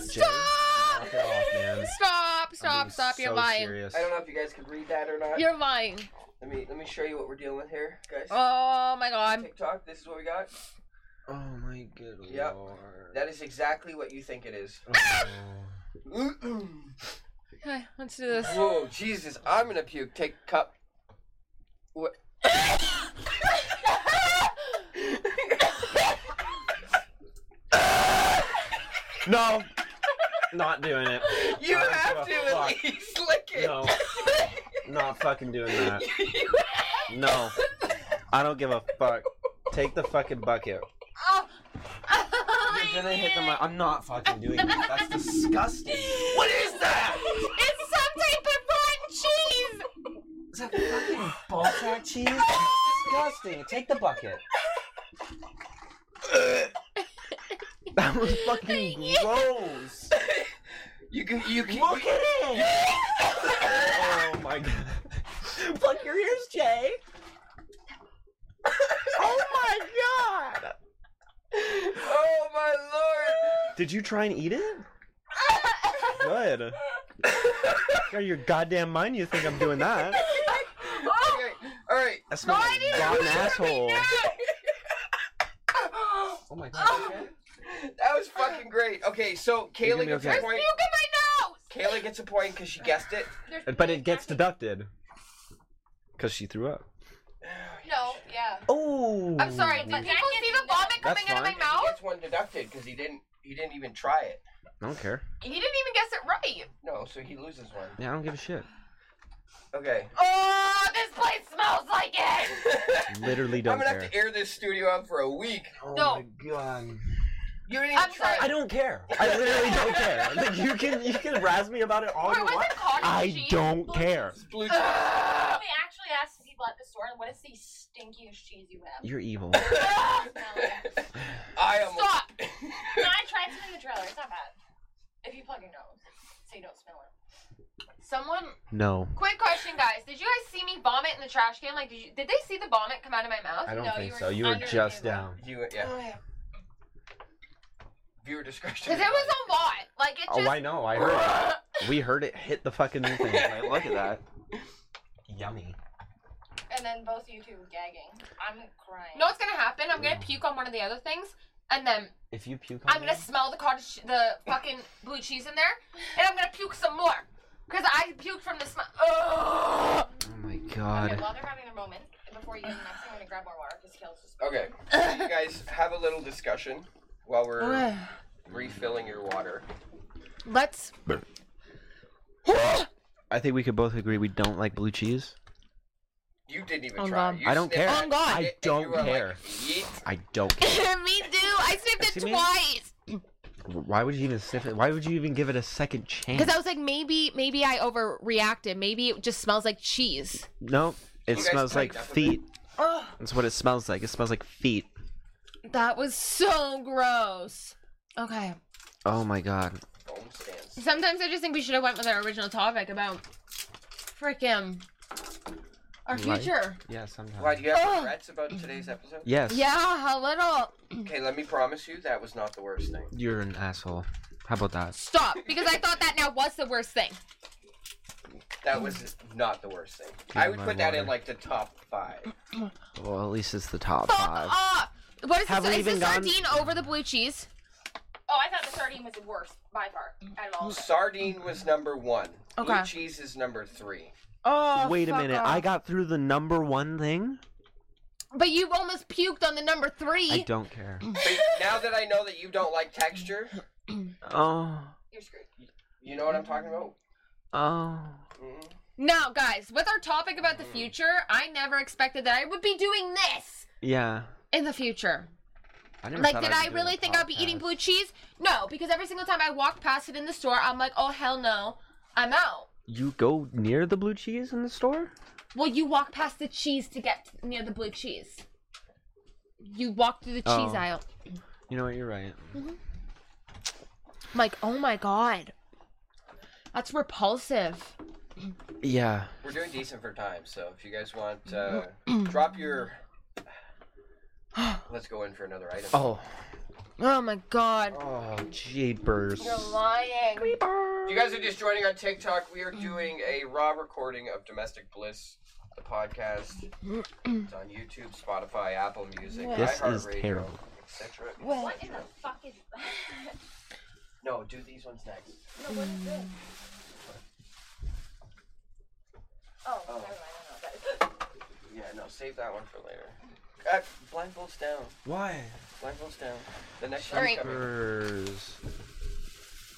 D: Stop!
F: knock it off, man. I'm
D: Stop! Stop!
F: being
D: Stop! You're
F: so
D: lying.
F: serious.
A: I don't know if you guys could read that or not.
D: You're lying.
A: Let me let me show you what we're dealing with here, guys.
D: Oh my god.
A: TikTok, this is what we got.
B: Oh my good
A: Yep.
B: lord.
A: That is exactly what you think it is.
F: Oh.
D: Okay, let's do this.
A: Whoa, Jesus! I'm gonna puke. Take cup. What?
F: No, not doing it.
A: You
F: I
A: have
F: give
A: to
F: a
A: at
F: fuck.
A: least lick it.
F: No, not fucking doing that. No, I don't give a fuck. Take the fucking bucket. You're gonna hit the mic. I'm not fucking doing it. That's disgusting. What is that?
D: It's some type of fun cheese.
F: Is that fucking ballsack cheese? That's disgusting. Take the bucket. That was fucking gross.
A: You can. You can.
F: Look at it. oh my god. Plug your ears, Jay. oh my god.
A: Oh my lord!
F: Did you try and eat it? Good. Out of your goddamn mind, you think I'm doing that?
A: Okay. All right.
F: That smells like a rotten asshole. Oh my god.
A: That was fucking great. Okay, so
F: You're
A: Kayla
F: gonna be
A: gets
F: okay.
A: a point. Kayla gets a point because she guessed it.
F: But it gets deducted. Because she threw up.
H: No, yeah.
F: Oh!
D: I'm sorry. Did people see the vomit
B: That's
D: coming out of my
B: fine.
A: He
D: mouth?
A: gets one deducted because he didn't. He didn't even try it.
B: I don't care.
D: He didn't even guess it right.
A: No, so he loses one.
B: Yeah, I don't give a shit.
A: Okay.
D: Oh, this place smells like it.
B: Literally
A: I'm
B: don't
A: gonna
B: care.
A: have to air this studio out for a week.
F: Oh
D: No.
F: my god.
A: You didn't even
D: I'm
A: try.
D: sorry.
F: I don't care. I literally don't care. Like you can you can razz me about it all
D: Wait,
F: you
D: was
F: want.
D: it cottage
F: I
D: cheese?
F: don't care.
A: It's blue
H: We actually asked people at the store, what is the stinkiest cheese you have?
B: You're evil.
A: cheese. I almost.
D: Stop.
H: No, I tried some in the trailer. It's not bad. If you plug your nose, so you don't smell it.
D: Someone.
B: No.
D: Quick question, guys. Did you guys see me vomit in the trash can? Like, did you? Did they see the vomit come out of my mouth?
F: I don't
H: No,
F: think
H: you were
F: so. You were
H: under the
F: just
H: table.
F: down.
A: You yeah.
H: yeah.
A: Viewer discretion.
D: Because it was a lot. Like it just.
F: Oh, I know. I heard. it. we heard it hit the fucking thing. Like, look at that. Yummy.
H: And then both of you two were gagging. I'm crying.
D: You know what's gonna happen? I'm gonna puke on one of the other things, and then
F: If you puke on
D: I'm gonna smell the cottage, che- the fucking blue cheese in there, and I'm gonna puke some more. Cause I puked from the smell. Ugh.
B: Oh my
H: Okay,
B: god.
H: while they're having their moment, before you do the next thing, I'm gonna grab more water because Kale's just.
A: Okay. So you guys have a little discussion while we're refilling your water.
D: Let's.
B: I think we could both agree we don't like blue cheese.
A: You didn't even
D: Oh,
A: try.
D: God.
A: You
B: I don't
A: sniffed
B: care.
A: it,
D: Oh, God.
A: and
B: I
A: you
B: don't
A: were like,
B: care.
A: "Yeet."
B: I don't care.
D: Me too. I sniffed
B: See me?
D: twice.
B: Why would you even sniff it? Why would you even give it a second chance?
D: Cause I was like, maybe, maybe I overreacted. Maybe it just smells like cheese.
B: No, it
A: You guys
B: smells like
A: played up with it.
B: feet. That's what it smells like. It smells like feet.
D: That was so gross. Okay.
B: Oh my god.
A: Foam stands.
D: Sometimes I just think we should have went with our original topic about freaking our
B: Life.
D: future.
B: Yeah, sometimes.
A: Why do you have
D: Ugh.
A: regrets about today's episode?
B: Yes.
D: Yeah, a little.
A: Okay, let me promise you that was not the worst thing.
B: You're an asshole. How about that?
D: Stop, because I thought that now was the worst thing.
A: That was not the worst thing.
B: Give
A: I
B: me
A: would
B: my
A: put that in
B: water.
A: like the top five.
B: Well, at least it's the top
D: Fuck
B: five.
D: off. What is
B: Have
D: this?
B: we
D: Is this
B: even gone-
D: sardine over the blue cheese?
H: Oh, I thought the sardine was the worst by far out of all. of them.
A: Sardine was number one. Blue
D: Okay.
A: cheese is number three.
D: Oh,
F: Wait a
D: fuck
F: minute.
D: off.
F: I got through the number one thing.
D: But you almost puked on the number
B: I
D: three.
B: don't care.
A: But now that I know that you don't like texture,
B: Oh,
H: You're screwed.
A: you know what I'm talking about.
B: oh.
A: Mhm.
D: No, guys, with our topic about the future, I never expected that I would be doing this
B: Yeah.
D: in the future.
B: I never
D: Like,
B: thought
D: did
B: I'd
D: I
B: be doing
D: really
B: a
D: think I'd be eating
B: podcast.
D: blue cheese? No, because every single time I walk past it in the store, I'm like, oh, hell no, I'm out.
B: You go near the blue cheese in the store?
D: Well, you walk past the cheese to get near the blue cheese. You walk through the cheese
B: Oh.
D: aisle.
B: You know what? You're right.
D: I'm like, oh my god. That's repulsive.
B: Yeah.
A: We're doing decent for time, so if you guys want, uh, drop your. Let's go in for another item.
B: Oh.
D: Oh my god.
B: Oh, jeepers.
H: You're lying.
A: If you guys are just joining on TikTok, we are doing a raw recording of Domestic Bliss, the podcast. it's on YouTube, Spotify, Apple Music,
B: This is
A: iHeartRadio,
B: terrible.
A: etc.
H: What in the fuck is that?
A: No, do these ones next.
H: no, what is this? Oh, never mind. I don't know. what that is.
A: Yeah, no, save that one for later. Uh, blindfolds down.
B: Why?
A: Blindfolds down. The next
H: All
A: one's
H: right.
A: coming.
B: Jeepers.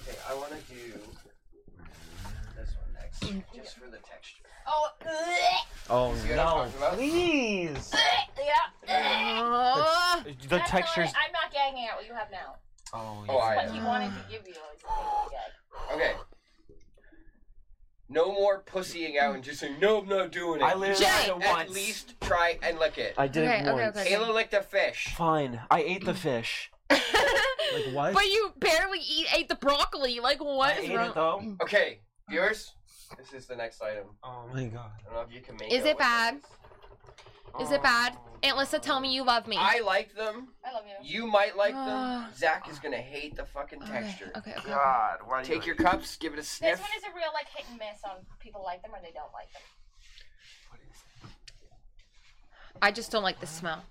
A: Okay, I want to do this one next, just for the texture.
H: Oh, bleh,
F: Oh
A: See what I'm talking about?
F: Please.
H: bleh, yeah. bleh.
D: Oh,
K: The
H: That's not
K: textures.
H: it. I'm not gagging at what you have now.
B: Oh,
A: Oh, I
H: What he wanted to give you is a gag.
A: Okay. No more pussying out and just saying, no, I'm not
F: Oh,
A: doing it.
K: I literally
D: Jay,
K: did it
A: At
K: once.
A: least try and lick it.
K: I did
D: Okay,
K: it
D: okay,
K: once.
D: okay.
A: Kayla licked a fish.
K: Fine. I ate the fish.
F: Like what?
D: but you barely eat, ate the broccoli. Like,
K: I
D: what is
K: ate it
D: wrong?
K: though.
A: Okay, viewers, this is the next item.
F: Oh my god.
A: I don't know if you can make
D: Is
A: out
D: it
A: what
D: bad?
A: that is.
D: Is it bad? Aunt Lissa, tell me you love me.
A: I like them.
H: I love you.
A: You might like them.
D: Ah.
A: Zach is gonna hate the fucking
D: okay,
A: texture.
D: okay, okay.
A: God, why Take your cups, give it a
H: This
A: sniff.
H: one is a real like hit and miss on people like them or they don't like them.
D: I just don't like the smell.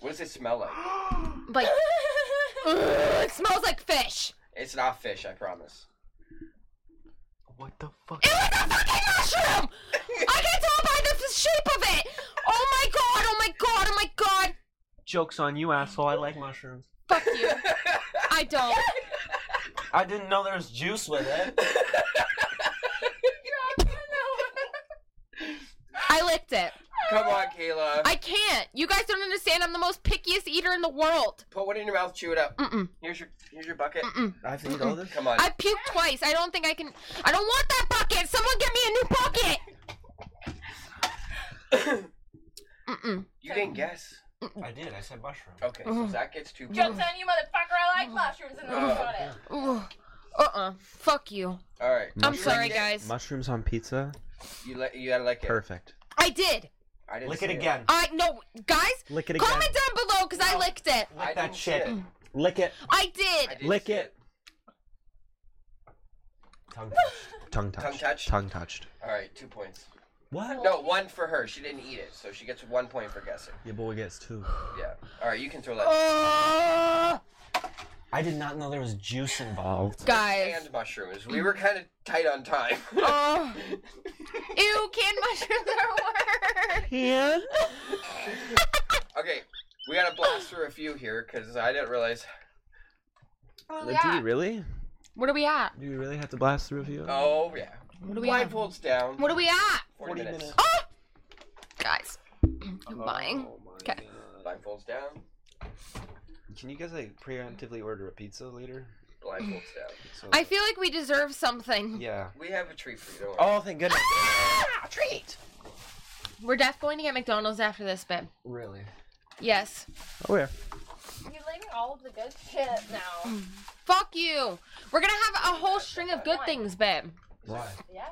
A: What does it smell like?
D: Like, ugh, it smells like fish.
A: It's not fish, I promise.
K: What the fuck?
D: It was a fucking mushroom. I can tell by the f- shape of it. Oh my god! Oh my god! Oh my god!
F: Joke's on you, asshole. I like mushrooms.
D: Fuck you. I don't.
K: I didn't know there was juice with it.
D: I licked it.
A: Come on, Kayla.
D: I can't. You guys don't understand. I'm the most pickiest eater in the world.
A: Put one in your mouth, chew it up.
D: Mm-mm.
A: Here's your here's your bucket.
F: I have to eat all this.
A: Come on.
D: I puked twice. I don't think I can. I don't want that bucket. Someone get me a new bucket. Mm-mm.
A: You didn't guess.
F: I did. I said mushroom.
A: Okay, so Zach gets two.
H: Jokes on you, motherfucker! I like mushrooms and that's about it.
D: Ooh. Uh-uh. Fuck you.
A: All right.
D: I'm
A: You
D: sorry,
A: licked it?
D: guys.
B: Mushrooms on pizza?
A: You li- you gotta lick it.
B: Perfect.
D: I did.
A: I didn't
K: Lick
A: see
K: it again.
D: I no, guys.
F: Lick it again.
D: Comment down below because I licked it.
A: I
K: Lick that
A: didn't see
K: shit.
A: it.
F: Lick it.
D: I
A: I
D: did.
A: didn't
F: Lick
A: see
F: it. Tongue touch.
B: Tongue touched.
A: Tongue touched?
B: Tongue touched.
A: All right, two points.
F: What?
A: No, one for her. She didn't eat it, so she gets one point for guessing.
F: Your boy gets two.
A: Yeah. All right, you can throw that.
D: Oh,
F: I did not know there was juice involved.
D: guys.
A: And mushrooms. We were kind of tight on time.
D: Oh. Ew, canned mushrooms are worse.
F: Can?
A: okay, we gotta blast through a few here because I didn't realize.
D: Oh,
B: Oh,
F: Do you really?
D: What are we at?
F: Do you really have to blast through a few?
A: Oh yeah.
D: What are we at?
A: Blindfolds down.
D: What are we at?
A: 40, minutes.
D: Oh, guys. I'm
F: Oh.
D: buying.
B: Oh
D: Okay.
A: Blindfolds down.
B: Can you guys like preemptively order a pizza later?
A: Blindfolds down.
B: So,
D: I feel like we deserve something.
B: Yeah.
A: We have a treat for you. Don't worry.
F: Oh, thank goodness.
D: Treat. We're def going to get McDonald's after this, babe.
B: Really?
D: Yes.
F: Oh yeah.
H: You're leaving all of the good shit now.
D: Fuck you. We're gonna have a whole string of good things, babe.
F: Why?
H: Yeah.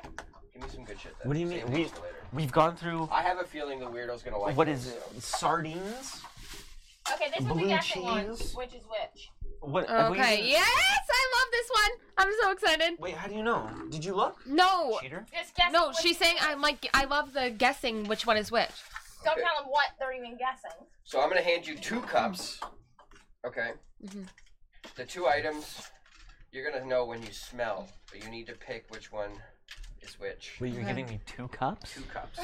A: Give me some good shit. Then.
F: What do you
A: Save
F: mean?
A: these
F: We
A: for later.
F: we've gone through.
A: I have a feeling the weirdo's gonna like.
F: What
A: this,
F: is
A: so-
F: it? Sardines?
H: Okay, this was
F: Blue
H: a guessing one.
F: cheese?
H: Which is which?
F: What? have we
D: Okay.
F: even-
D: Yes, I love this one. I'm so excited.
F: Wait, how do you know? Did you look?
D: No,
F: Cheater.
H: Just guess.
D: no,
H: which
D: she's
H: is
D: saying
H: which.
D: I'm like I love the guessing which one is which.
H: Don't
A: Okay.
H: tell them what they're even guessing.
A: So I'm gonna hand you two cups. Okay.
D: Mhm.
A: The two items you're gonna know when you smell, but you need to pick which one is which.
I: Wait, you're giving me two cups?
A: Two cups.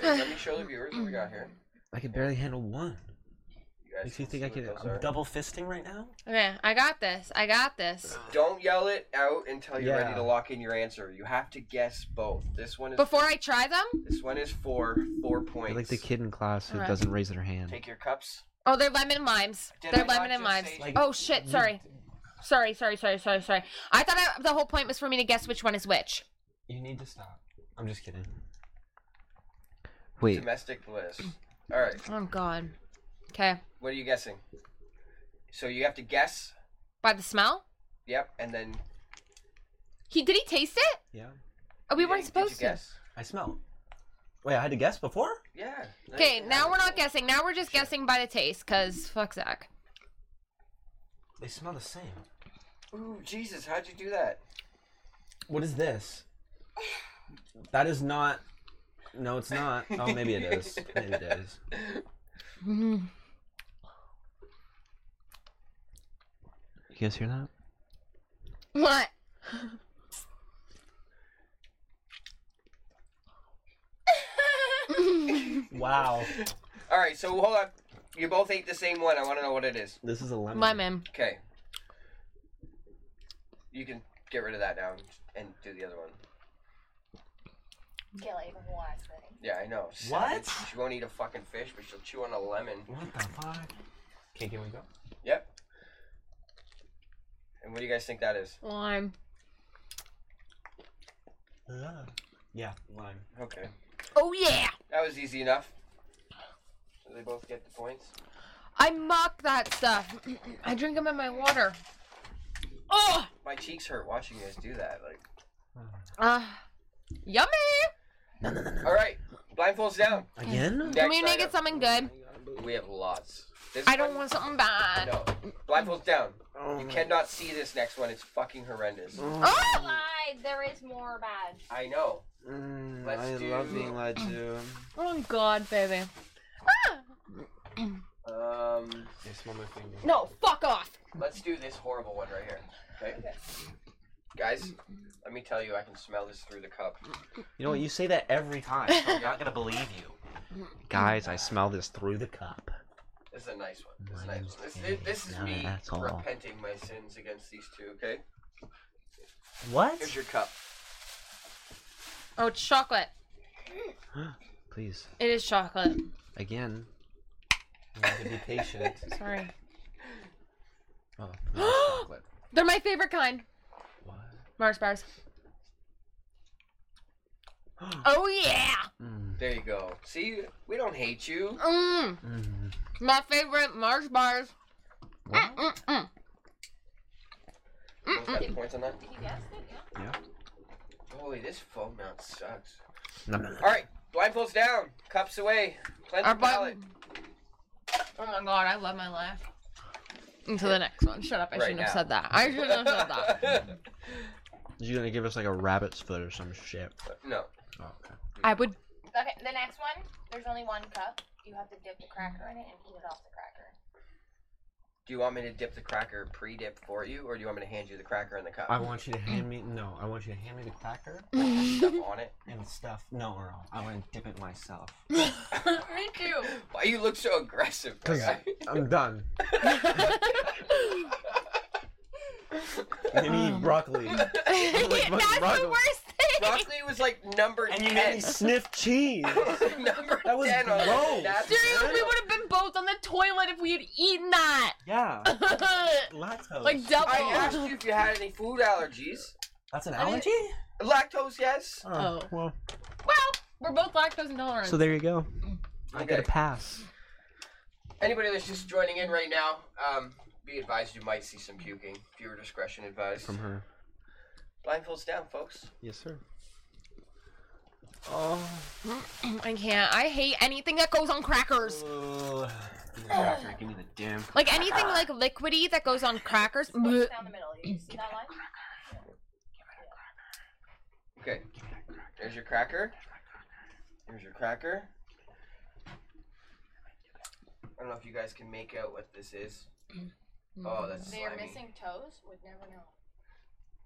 A: Here, let me show the viewers what we got here.
B: I can barely handle one.
A: You guys
B: If you
A: can
B: think I
A: see what
B: can-
A: those
B: I'm
A: are.
I: Double fisting right now?
D: Okay, I got this. I got this.
A: Don't yell it out until you're ready
I: Yeah.
A: to lock in your answer. You have to guess both. This one is
D: Before I try them?
A: This one is for four points.
B: You're like the kid in class who
D: Alright.
B: doesn't raise their hand.
A: Take your cups.
D: Oh, they're lemon and limes.
A: Did
D: they're
A: I not
D: lemon and
A: just
D: limes.
A: say-
I: Like-
D: oh shit! Sorry. Sorry, sorry, sorry, sorry, sorry. I thought I, the whole point was for me to guess which one is which.
I: You need to stop. I'm just kidding.
B: Wait,
A: Domestic bliss. All right.
D: Oh god. Okay.
A: What are you guessing? So you have to guess.
D: By the smell?
A: Yep. And then
D: He did he taste it?
I: Yeah.
D: Oh, we
A: Yeah,
D: weren't
A: did you
D: supposed to.
A: guess?
I: I smell. Wait, I had to guess before?
A: Yeah.
D: Okay, now we're not guessing. Now we're just guessing by the taste, cause fuck Zach.
I: They smell the same.
A: Ooh, Jesus! How'd you do that?
I: What is this?
F: That is not. No, it's not. Oh, maybe it is. Maybe it is.
B: you guys hear that?
D: What?
I: Wow.
A: All right. So hold on. You both ate the same one. I want to know what it is.
F: This is a lemon.
D: Lemon.
A: Okay. You can get rid of that now and- and do the other one.
H: Kill it even last thing.
A: Yeah, I know.
I: What?
A: Savage. She won't eat a fucking fish, but she'll chew on a lemon.
I: What the fuck? Okay, can we go?
A: Yep. And what do you guys think that is?
D: Lime.
I: Yeah, lime.
A: Okay.
D: Oh yeah.
A: That was easy enough. So they both get the points.
D: I mock that stuff. I drink them in my water. Oh.
A: My cheeks hurt watching you guys do that. Like,
D: Uh, yummy.
A: all right, blindfolds down.
F: Again?
A: Next
D: Can we make
A: item.
D: it something good?
A: We have lots. This
D: I don't
A: one-
D: want something bad.
A: No, blindfolds down. you cannot see this next one. It's fucking horrendous.
D: Oh.
H: Lied. There is more bad.
A: I know.
F: Mm,
A: Let's
F: I
A: do-
F: love being lied to.
D: Oh God, baby. Ah!
A: Um,
F: They smell my finger.
D: No, fuck off.
A: let's do this horrible one right here. Okay, guys, let me tell you, I can smell this through the cup.
F: You know what? You say that every time.
I: I'm not gonna believe you.
B: Guys, I smell this through the
F: cup.
A: This is a nice one. This is a
B: Mine
A: nice
B: is
A: one. This,
B: okay.
A: this is
B: No,
A: me
B: that's all.
A: repenting my sins against these two. Okay,
I: What?
A: here's your cup.
D: Oh, it's chocolate.
B: Please,
D: It is chocolate.
B: again.
F: You have to be patient.
D: Sorry.
B: Oh, no, it's chocolate.
D: They're my favorite kind.
B: What?
D: Mars bars. oh yeah.
B: Mm,
A: There you go. See, we don't hate you.
D: Mmm.
B: mm.
D: My favorite Mars bars. Mm, mm, mm.
A: Both got the points on that.
H: Did you guess it? Yeah.
A: Holy, this foam mount sucks.
B: Nom, nom, nom.
A: All right, blindfolds down, cups away, cleanse
D: Our
A: the palate.
D: button. Oh my god, I love my life. Until the next one. Shut up, I
A: Right
D: shouldn't have
A: now.
D: said that. I shouldn't have said that.
B: You gonna give us like a rabbit's foot or some shit?
A: no,
B: Oh, okay.
D: I would
H: Okay, the next one. There's only one cup. You have to dip the cracker in it and eat it off the cracker.
A: do you want me to dip the cracker pre-dip for you, or do you want me to hand you the cracker in the cup?
F: I want you to hand me. No, I want you to hand me the cracker
A: stuff on it.
F: and stuff. No, Earl. I want to dip it myself.
D: Me too.
A: Why you look so aggressive? my
F: 'Cause-
A: guy?
F: I'm done. Maybe
D: Uh-uh.
F: eat broccoli.
D: That's the
F: Ruggles.
D: worst thing.
A: Broccoli was like number
I: And you
A: ten.
I: made me
F: Sniff cheese.
A: number
F: That was
A: ten. on
F: gross.
A: that's
D: Dude, we would have been both on the toilet if we had eaten that.
F: Yeah. Lactose.
D: like double.
A: I asked you if you had any food allergies.
I: That's an
D: I mean-
I: allergy?
A: Lactose, yes.
D: Oh.
B: Well,
D: Well, we're both lactose intolerant.
B: so there you go. I
A: Okay.
B: got a pass.
A: Anybody that's just joining in right now, um, be advised you might see some puking. Viewer discretion advised.
B: from her.
A: Blindfolds down, folks.
B: Yes, sir.
F: Oh.
D: I can't. I hate anything that goes on crackers.
F: Ugh. Give me the cracker, Give me the damn.
D: Like anything like liquidy that goes on crackers.
H: Push
A: Oh,
D: Blech.
H: down the middle. You see that line?
A: Okay. There's your cracker. There's your cracker. I don't know if you guys can make out what this is. Oh, that's
H: They are
A: slimy.
H: missing toes. Would never know.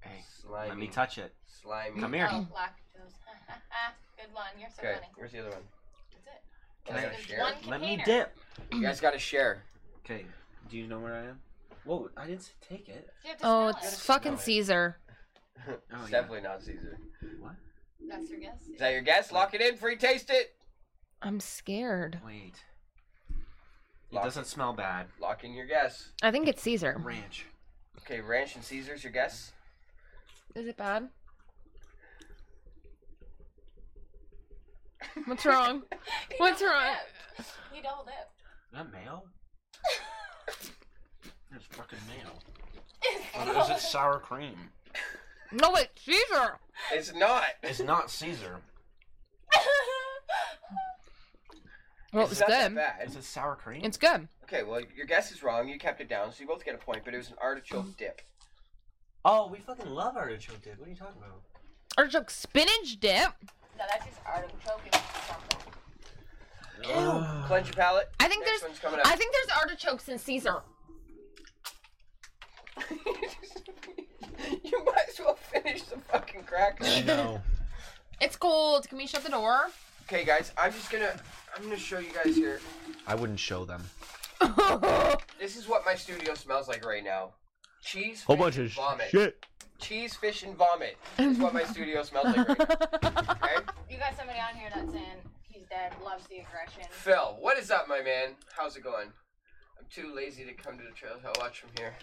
I: Hey,
A: Slimy.
I: let me touch it.
A: Slimy.
I: Come here.
H: Oh, lactose. Good one. You're so
A: Okay,
H: funny.
A: here's the other one.
H: That's it.
A: Can
H: That's
A: I
H: it.
A: share?
H: One
I: Let me
H: container.
I: dip.
A: You guys gotta share.
I: Okay.
F: Do you know where I am? Whoa, I didn't say take it.
H: You have to
D: Oh,
H: smell
D: it's
H: it.
D: fucking
A: Smell it.
D: Caesar.
I: Oh,
A: it's
I: yeah.
A: definitely not Caesar.
H: That's your guess.
A: Is that your guess? Lock it in, free taste it.
D: I'm scared.
I: Wait. It
A: Lock
I: doesn't smell bad.
A: Lock in your guess.
D: I think it's Caesar.
I: Ranch.
A: Okay, ranch and Caesar's your guess.
D: Is it bad? What's wrong?
H: You
D: What's
H: double
D: wrong?
H: dipped. You double dip.
I: Is that mayo? There's fucking mayo. Or is it
H: It's
I: sour cream?
D: No, it's Caesar.
A: It's not.
I: It's not Caesar.
D: Well,
A: It's
D: it's
A: not that
D: good.
A: bad.
I: Is it sour cream?
D: It's good.
A: Okay, well, your guess is wrong. You kept it down, so you both get a point, but it was an artichoke dip.
F: Oh, we fucking love artichoke dip. What are you talking about?
D: Artichoke spinach dip.
H: no, that's just artichoke and something.
A: Cleanse your palate.
D: I think
A: Next
D: there's.
A: one's coming up.
D: I think there's artichokes in Caesar.
A: you might as well finish the fucking cracker.
F: No.
D: It's cold. Can we shut the door?
A: Okay, guys, I'm just gonna I'm gonna show you guys here.
B: I wouldn't show them.
A: This is what my studio smells like right now. Cheese, fish,
B: Whole bunch
A: and
B: of
A: vomit.
B: shit.
A: Cheese, fish, and vomit is what my studio smells like right now. Okay?
H: You got somebody on here that's in. He's dead. Loves the aggression.
A: Phil, what is up, my man? How's it going? I'm too lazy to come to the trailhead watch from here.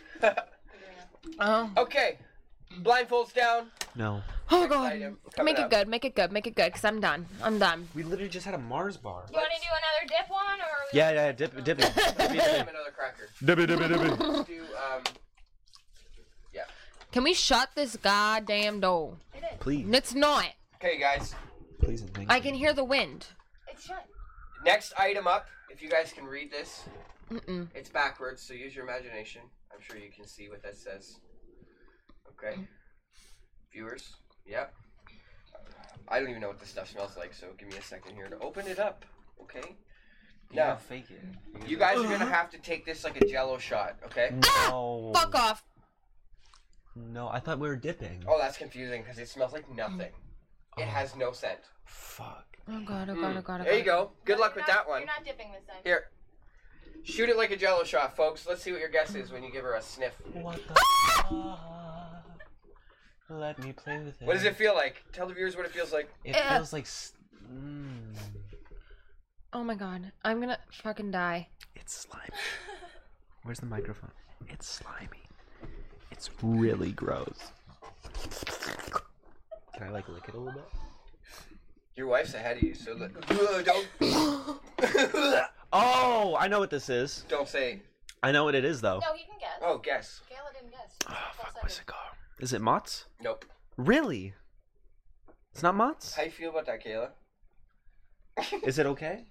D: oh.
A: okay, blindfolds down.
B: No.
D: Oh
A: Next
D: god.
A: item coming
D: Make it
A: up.
D: good. Make it good. Make it good. Cause I'm done. I'm done.
F: We literally just had a Mars bar.
H: You want to do another dip one or? are we-
F: Yeah, yeah, dip, dip it.
A: Give him another cracker.
B: Dibby dibby dibby.
A: Let's do um.
D: Can we shut this goddamn door?
H: It is.
B: Please.
D: It's not.
A: Okay, guys.
B: Please and thank
D: I
B: you.
D: can hear the wind.
H: It's shut.
A: Next item up. If you guys can read this,
D: Mm-mm.
A: it's backwards, so use your imagination. I'm sure you can see what that says. Okay. Viewers. Yep. I don't even know what this stuff smells like, so give me a second here to open it up. Okay.
I: You gotta
A: Now,
I: fake it.
A: you guys are gonna have to take this like a Jello shot. Okay.
I: Oh,
B: No.
D: Fuck off.
B: No, I thought we were dipping.
A: Oh, that's confusing because it smells like nothing. It has no scent.
B: Fuck.
D: Oh god. Oh god. Oh god. Oh, god.
A: Mm. There you go. Good
H: No,
A: luck
H: you're
A: with
H: not-
A: that one.
H: You're not dipping this time.
A: Here. Shoot it like a jello shot, folks. Let's see what your guess is when you give her a sniff.
I: What the fuck? Let me play with it.
A: What does it feel like? Tell the viewers what it feels like.
I: It
D: Eh.
I: feels like. s- Mm.
D: Oh my god. I'm gonna fucking die.
B: It's slimy. Where's the microphone? It's slimy. It's really gross. Can I like lick it a little bit?
A: Your wife's ahead of you, so let- Ugh, don't
F: Oh, I know what this is.
A: don't say.
F: I know what it is though.
H: No, he can guess.
A: Oh, guess.
H: Kayla didn't guess.
B: Oh,
H: Twelve
B: fuck, what's
H: seconds.
B: it called? Is it Mott's?
A: Nope.
B: Really? It's not Mott's?
A: How you feel about that, Kayla?
F: Is it okay?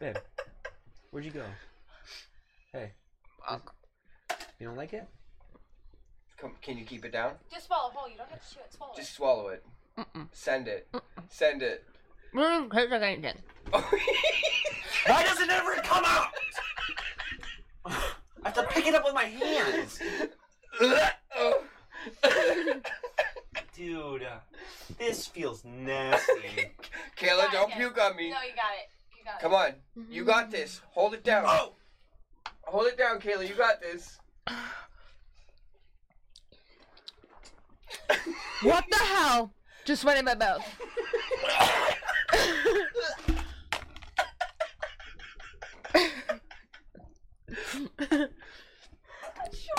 F: Babe, where'd you go? Hey, you don't like it?
A: Come, can you keep it down?
H: Just swallow whole. You don't have to chew it. Swallow
A: Just swallow it. Send it. Send it.
D: We don't taste like anything.
I: Why does it never come out? I have to pick it up with my hands.
F: Dude, this feels nasty.
A: Kayla, don't
H: Yeah, yeah.
A: puke on
H: it. Mm-hmm.
A: me.
H: No, you got it. You got
A: Come
H: it.
A: on. You got this. Hold it down.
B: Oh.
A: Hold it down, Kayla. You got this.
D: What the hell? Just went in my mouth.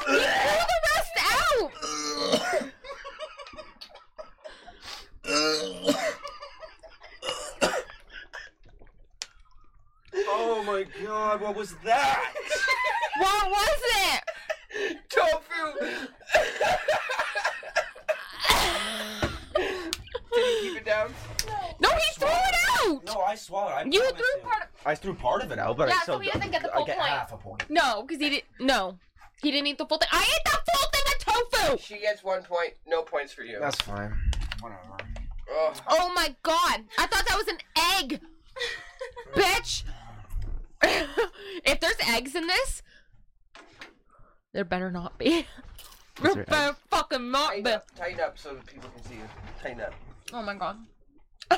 D: Pour the rest out.
F: oh my god, what was that?
D: What was it?
A: tofu. Did you keep it down?
D: No, he threw it out.
F: No, I swallowed. I
D: You
F: promise
D: threw part. Of-
F: I threw part of it out, but
D: Yeah,
F: I
D: so
F: still
D: he doesn't get the full
F: I get
D: point.
F: half a point.
D: no, because he didn't. No, he didn't eat the full thing. I ate the full thing of tofu.
A: She gets one point. No points for you.
F: That's fine. Whatever.
A: Ugh.
D: Oh my god! I thought that was an egg! Bitch! if there's eggs in this, there better not be.
B: there
D: Better
A: Tighten
D: fucking fucking Macbeth.
A: up, tighten up so that people can see you. Tighten up.
D: Oh my god.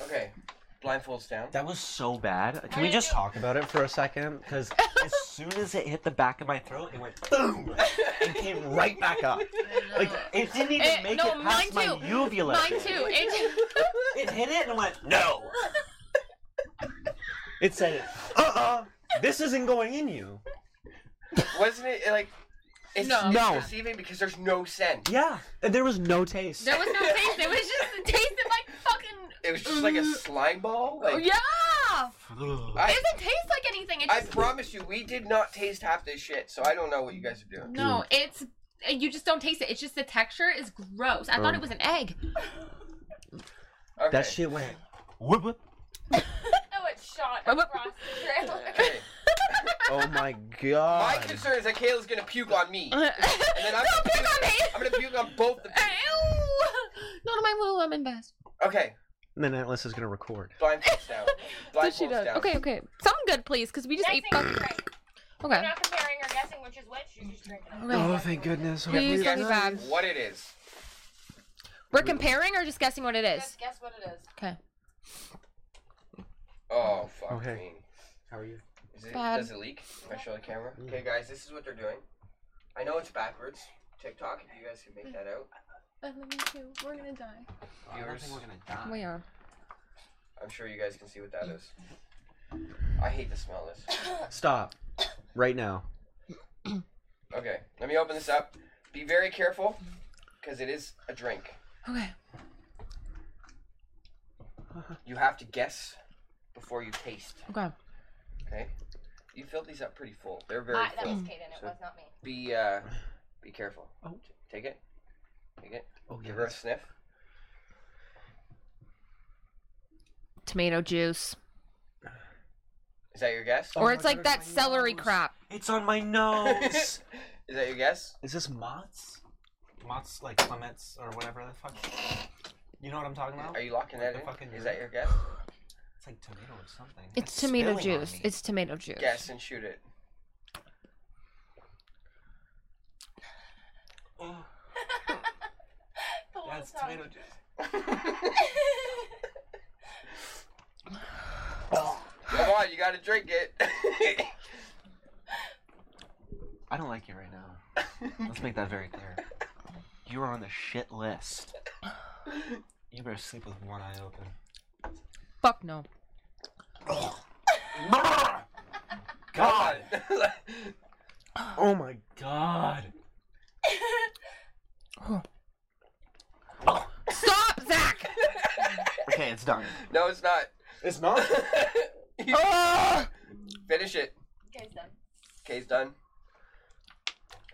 A: Okay. Blindfolds down.
I: That was so bad. Can
H: Why
I: we
H: did
I: just
H: you-
I: talk about it for a second? Because as soon as it hit the back of my throat, it went boom and came right back up. Like it didn't even
D: Eh,
I: make
D: no,
I: it past my
D: mine too.
I: uvula.
D: Mine too. It,
I: It hit it and went no. It said, "Uh uh
F: "Uh-uh,
I: this isn't going in you."
A: Wasn't it like? It's
D: No.
B: No.
A: Deceiving because there's no scent.
I: Yeah, and there was no taste.
D: there was no taste. It was just the taste of like fucking.
A: It was just like
D: Mm.
A: a slime ball.
D: Oh,
A: Like,
D: yeah. It
A: I,
D: doesn't taste like anything. It
A: I
D: just
A: promise you, we did not taste half this shit, so I don't know what you guys are doing.
D: no. It's you just don't taste it. It's just the texture is gross. I thought it was an egg.
A: Okay.
I: That shit went whoop whoop.
H: Oh, it shot
D: Whoop, whoop.
H: across the trailer.
A: Okay.
F: Oh my
A: My
F: god.
A: concern is that Kayla's gonna puke on me.
D: no,
A: And then I'm, gonna
D: pick on me.
A: I'm gonna puke on both of you.
D: Ew. Not on my Lululemon vest.
A: Okay,
F: And then Atlas is gonna record.
A: blindfolds down.
D: That's what she
A: Blindfolds
D: does.
A: down.
D: Okay, okay. Something good, please, because we just
H: Guessing
D: ate.
H: is
D: Fuck.
H: right. We're
D: Okay.
H: not comparing or guessing which is which. You're just drinking it.
D: Okay.
B: Oh, thank goodness.
D: Please don't be bad.
A: What it is.
D: We're comparing or just guessing what it is.
H: Just guess what it is.
D: Okay.
A: Oh, fuck
F: Okay.
A: me.
I: How are you?
A: Is it,
D: Bad.
A: does it leak? Can I show the camera? Okay, guys, this is what they're doing. I know it's backwards. TikTok, if you guys can
D: Mm.
A: make that out.
D: We're gonna die.
I: Oh,
A: Viewers,
D: We are.
A: I'm sure you guys can see what that is. I hate the smell of this.
F: Stop. Right now.
A: Okay, let me open this up. Be very careful, because it is a drink.
D: Okay.
A: You have to guess before you taste.
D: Okay.
A: Okay. You filled these up pretty full. They're very
H: I, that
A: full.
H: was Kaden. It was not me.
A: Be uh, be careful.
F: Oh.
A: Take it. Take it.
F: Oh
A: Give her a sniff.
D: Tomato juice,
A: Is that your guess?
F: Oh
B: Oh.
D: or it's like that celery crap.
I: It's on my nose.
A: Is that your guess?
I: Is this Mott's? Mott's like Clements or whatever the fuck. You know what I'm talking about?
A: Are you locking that
I: The
A: in?
I: fucking-
A: Is that your guess?
I: It's like tomato or something.
D: It's tomato
I: spilling on
D: juice.
I: me.
D: It's tomato juice.
A: Guess and shoot it.
I: Oh,
H: The little
I: that's
H: tongue.
I: tomato juice.
A: Come on, you gotta drink it.
I: I don't like you right now. Let's make that very clear. You are on the shit list. You better sleep with one eye open.
D: Fuck no.
I: God!
F: Oh my
I: God!
D: Stop, Zach.
I: Okay, it's done.
A: no, it's not.
F: It's not
D: Ugh.
A: Finish it.
H: Okay, done.
A: K's done.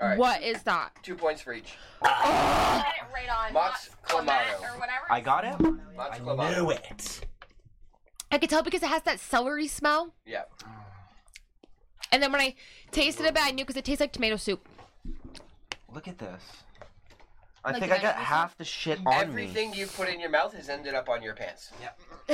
A: All right.
D: What is that?
A: Two points for each.
H: I had it right on.
A: Mott's
H: Mott's Clamato
A: Clamato.
H: or whatever.
I: I got it.
A: Lots
I: I
A: of clamato.
I: knew it.
D: I could tell because it has that celery smell.
A: Yeah.
D: And then when I tasted it, I knew because it tastes like tomato soup.
I: Look at this. I
D: Like
I: think I
D: that
I: got
D: was-
I: half the shit on me.
A: Everything you put in your mouth has ended up on your pants.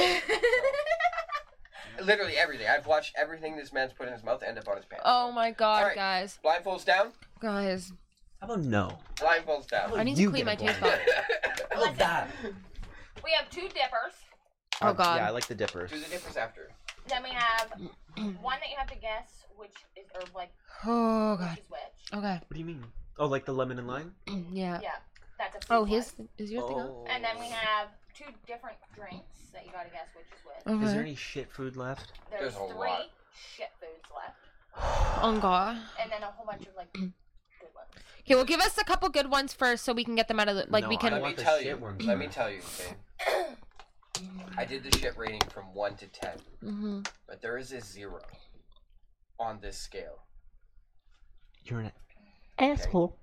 A: Literally everything. I've watched everything this man's put in his mouth end up on his pants.
D: Oh my god,
A: All right.
D: guys.
A: Blindfolds down.
D: Guys.
F: How about no?
A: Blindfolds down.
D: I need
F: You
D: to clean
F: get
D: my
F: a
D: taste
F: blind.
D: buds.
I: I love that.
H: We have two dippers.
D: Oh, God.
F: Yeah, I like the dippers.
A: Do the difference after.
H: Then we have one that you have to guess which is or like
D: Oh
H: which
D: god.
H: is which.
D: Okay.
F: What do you mean? Oh, like the lemon and lime?
D: Yeah.
H: Yeah, that's a.
D: Oh,
H: food
D: his
H: one.
D: is yours thing on?
F: Oh.
H: And then we have two different drinks that you gotta guess which is which.
F: Is
D: Okay.
F: there any shit food left?
H: There's,
A: There's a
H: three
A: lot.
H: shit foods left,
D: Oh god.
H: and then a whole bunch of like good ones.
D: Okay, well, give us a couple good ones first, so we can get them out of the like
F: No,
D: we
F: I
D: can.
A: Let
F: don't
A: me
F: want the
A: tell
F: shit
A: you.
F: ones,
A: Let me
F: man.
A: tell you. Okay. I did the shit rating from one to ten,
D: Mhm.
A: but there is a zero on this scale.
F: You're in it.
A: Asshole.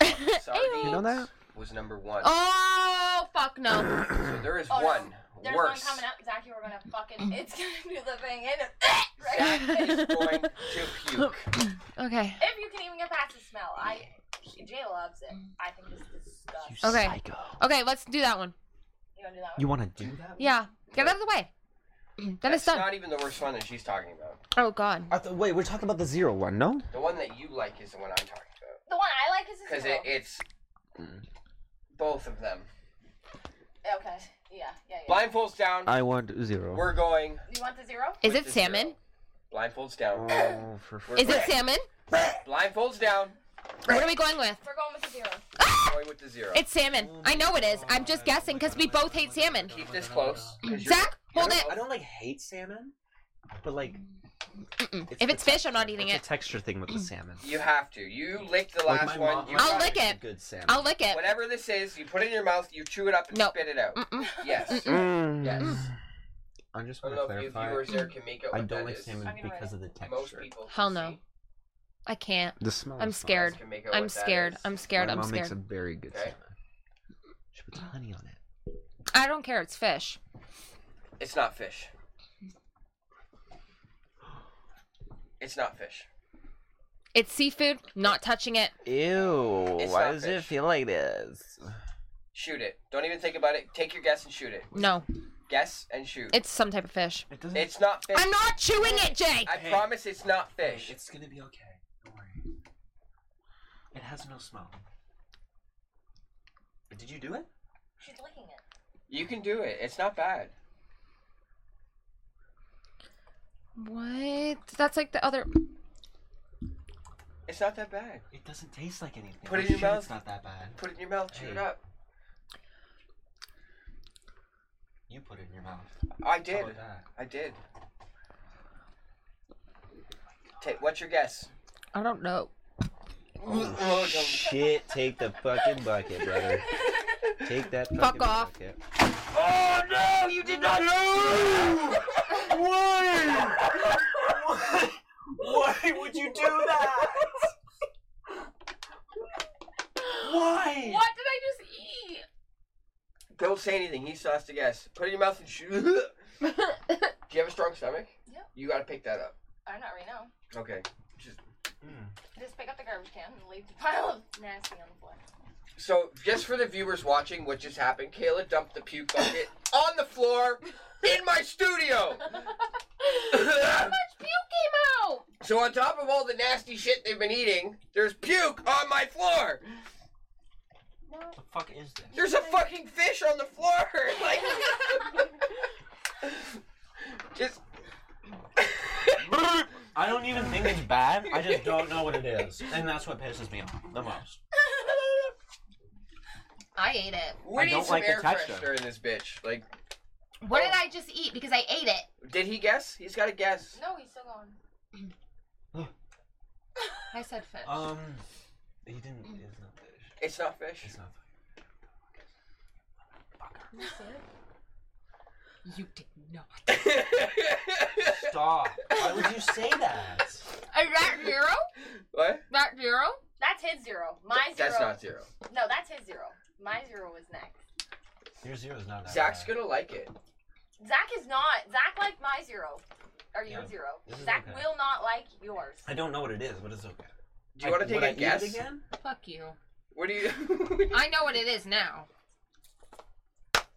A: Sardines
F: You know that?
A: was number one.
D: Oh fuck no!
A: So there is
H: Oh,
A: one
H: no. There's
A: worse.
H: one coming up, Zach. You were gonna fucking. It's gonna do the thing, and right.
A: Zach is going to puke.
D: Okay.
H: If you can even get past the smell, I Jay loves it.
D: Mm.
H: I think it's disgusting.
F: You
D: Okay.
F: psycho.
D: Okay, let's do that one.
H: You gonna do that
F: You
H: one?
F: want to do that?
D: Yeah, get it out of the way. Then
A: That's
D: it's done.
A: not even the worst one that she's talking about.
D: Oh god.
F: I th- wait, we're talking about the zero one, no?
A: The one that you like is the one I'm talking about.
H: The one I like his
F: because
H: zero.
F: it, it's
A: Mm.
F: both of them.
H: okay. Yeah, yeah, yeah.
F: Blindfolds down.
A: I want zero.
F: We're going.
H: You want the zero?
D: Is
F: with
D: it
F: the
D: salmon?
F: zero. Blindfolds down.
A: Oh, for
F: We're
D: Is it
F: going-
D: salmon?
F: Blindfolds down.
D: What are we going with?
H: We're going with the zero.
F: Going with the zero.
D: It's salmon. I know it is. I'm just guessing because we both hate salmon.
F: Keep this close. 'cause you're-
D: Zach, hold
F: you're
D: it.
B: I
F: up.
B: don't like hate salmon, but like
D: Mm-mm.
B: It's
D: If
B: the
D: it's fish, I'm not
B: it's
D: eating
B: a
D: it. Mm.
B: texture thing with the salmon.
F: You have to. You lick the
B: Like,
F: last
B: my
F: one.
B: mom-
F: you
B: my
D: I'll
B: mom
F: got
D: lick
B: makes
D: it.
B: a Good salmon.
D: I'll lick it.
F: Whatever this is, you put it in your mouth, you chew it up, and
D: No.
F: spit it out.
D: Mm-mm.
F: Yes.
A: Mm.
F: Yes.
A: I just
F: I don't
A: want
F: know
A: to
F: if you
A: clarify.
F: viewers there can make out
B: I
F: what
B: don't
F: that
B: like
F: is.
B: salmon
H: I'm gonna
B: because of the
F: Most
B: texture.
F: people. can
D: Hell no.
F: see.
D: I can't.
A: The smell.
D: I'm
A: is fine.
D: scared.
F: Can make out
D: I'm
F: what that
D: scared.
F: is.
D: I'm scared.
A: My
D: I'm
A: mom makes a
D: scared.
A: very good
F: Okay.
A: salmon. She puts honey on it.
D: I don't care. It's fish.
F: It's not fish. It's not fish.
D: It's seafood. Not touching it.
B: Ew!
F: It's why not does it fish.
B: feel like this?
F: Shoot it. Don't even think about it. Take your guess and shoot it.
D: No.
F: Guess and shoot.
D: It's some type of fish.
I: It doesn't.
F: It's not fish.
D: I'm not chewing it, Jake.
F: I
I: Hey.
F: promise it's not
I: Hey,
F: fish.
I: It's gonna be okay. Don't worry. It has no smell. Did you do it?
H: She's licking it.
F: You can do it. It's not bad.
D: What? That's like the other.
F: It's not that bad.
I: It doesn't taste like anything.
F: Put it
I: I'm
F: in your
I: sure
F: mouth.
I: It's not that bad.
F: Put it in your mouth. Chew it
I: Hey.
F: up.
I: You put it in your mouth.
F: I
I: How
F: did.
I: about that?
F: I did. Take. What's your guess?
D: I don't know.
F: Oh, don't-
B: Shit! Take the fucking bucket, brother. Take that.
D: Fuck
B: fucking
D: off.
B: bucket.
F: Oh no! You did not. No!
I: Why? Why? Why would you do that? Why?
L: What did I just eat?
F: Don't say anything. He still has to guess. Put it in your mouth and shoot. Do you have a strong stomach?
H: Yep.
F: You gotta pick that up.
H: I'm not right now.
F: Okay.
H: Just pick up the garbage can and leave the pile of nasty on the floor.
F: So, just for the viewers watching, what just happened? Kayla dumped the puke bucket on the floor in my studio.
L: Much puke came out.
F: so, on top of all the nasty shit they've been eating, there's puke on my floor.
I: The fuck is this?
F: There's a fucking fish on the floor. Like, just
I: I don't even think it's bad. I just don't know what it is, and that's what pisses me off the most.
M: I ate it.
F: we
I: I
F: need
I: don't
F: some
I: like the
F: air
I: texture.
F: freshener in this bitch. Like,
M: What did I just eat? Because I ate it.
F: did he guess? He's got to guess.
H: No, he's still going.
M: I said fish.
I: Um, he didn't. It's not
F: It's not fish.
I: fish. It's not
M: You did not.
I: fish. Stop. Why would you say that?
D: Is that zero?
F: what?
D: That zero?
H: That's his zero. My zero.
F: That's not zero.
H: No, that's his zero. My zero is next.
I: Your zero is not that.
F: Zach's
I: bad.
F: gonna like it.
H: Zach is not. Zach liked my zero. Or your
I: Yeah,
H: zero.
I: this is
H: Zach
I: okay.
H: will not like yours.
I: I don't know what it is, but it's okay.
F: Do you want to take
B: Would I
F: a
B: eat it
F: guess?
B: again?
M: Fuck you.
F: What do you?
M: I know what it is now.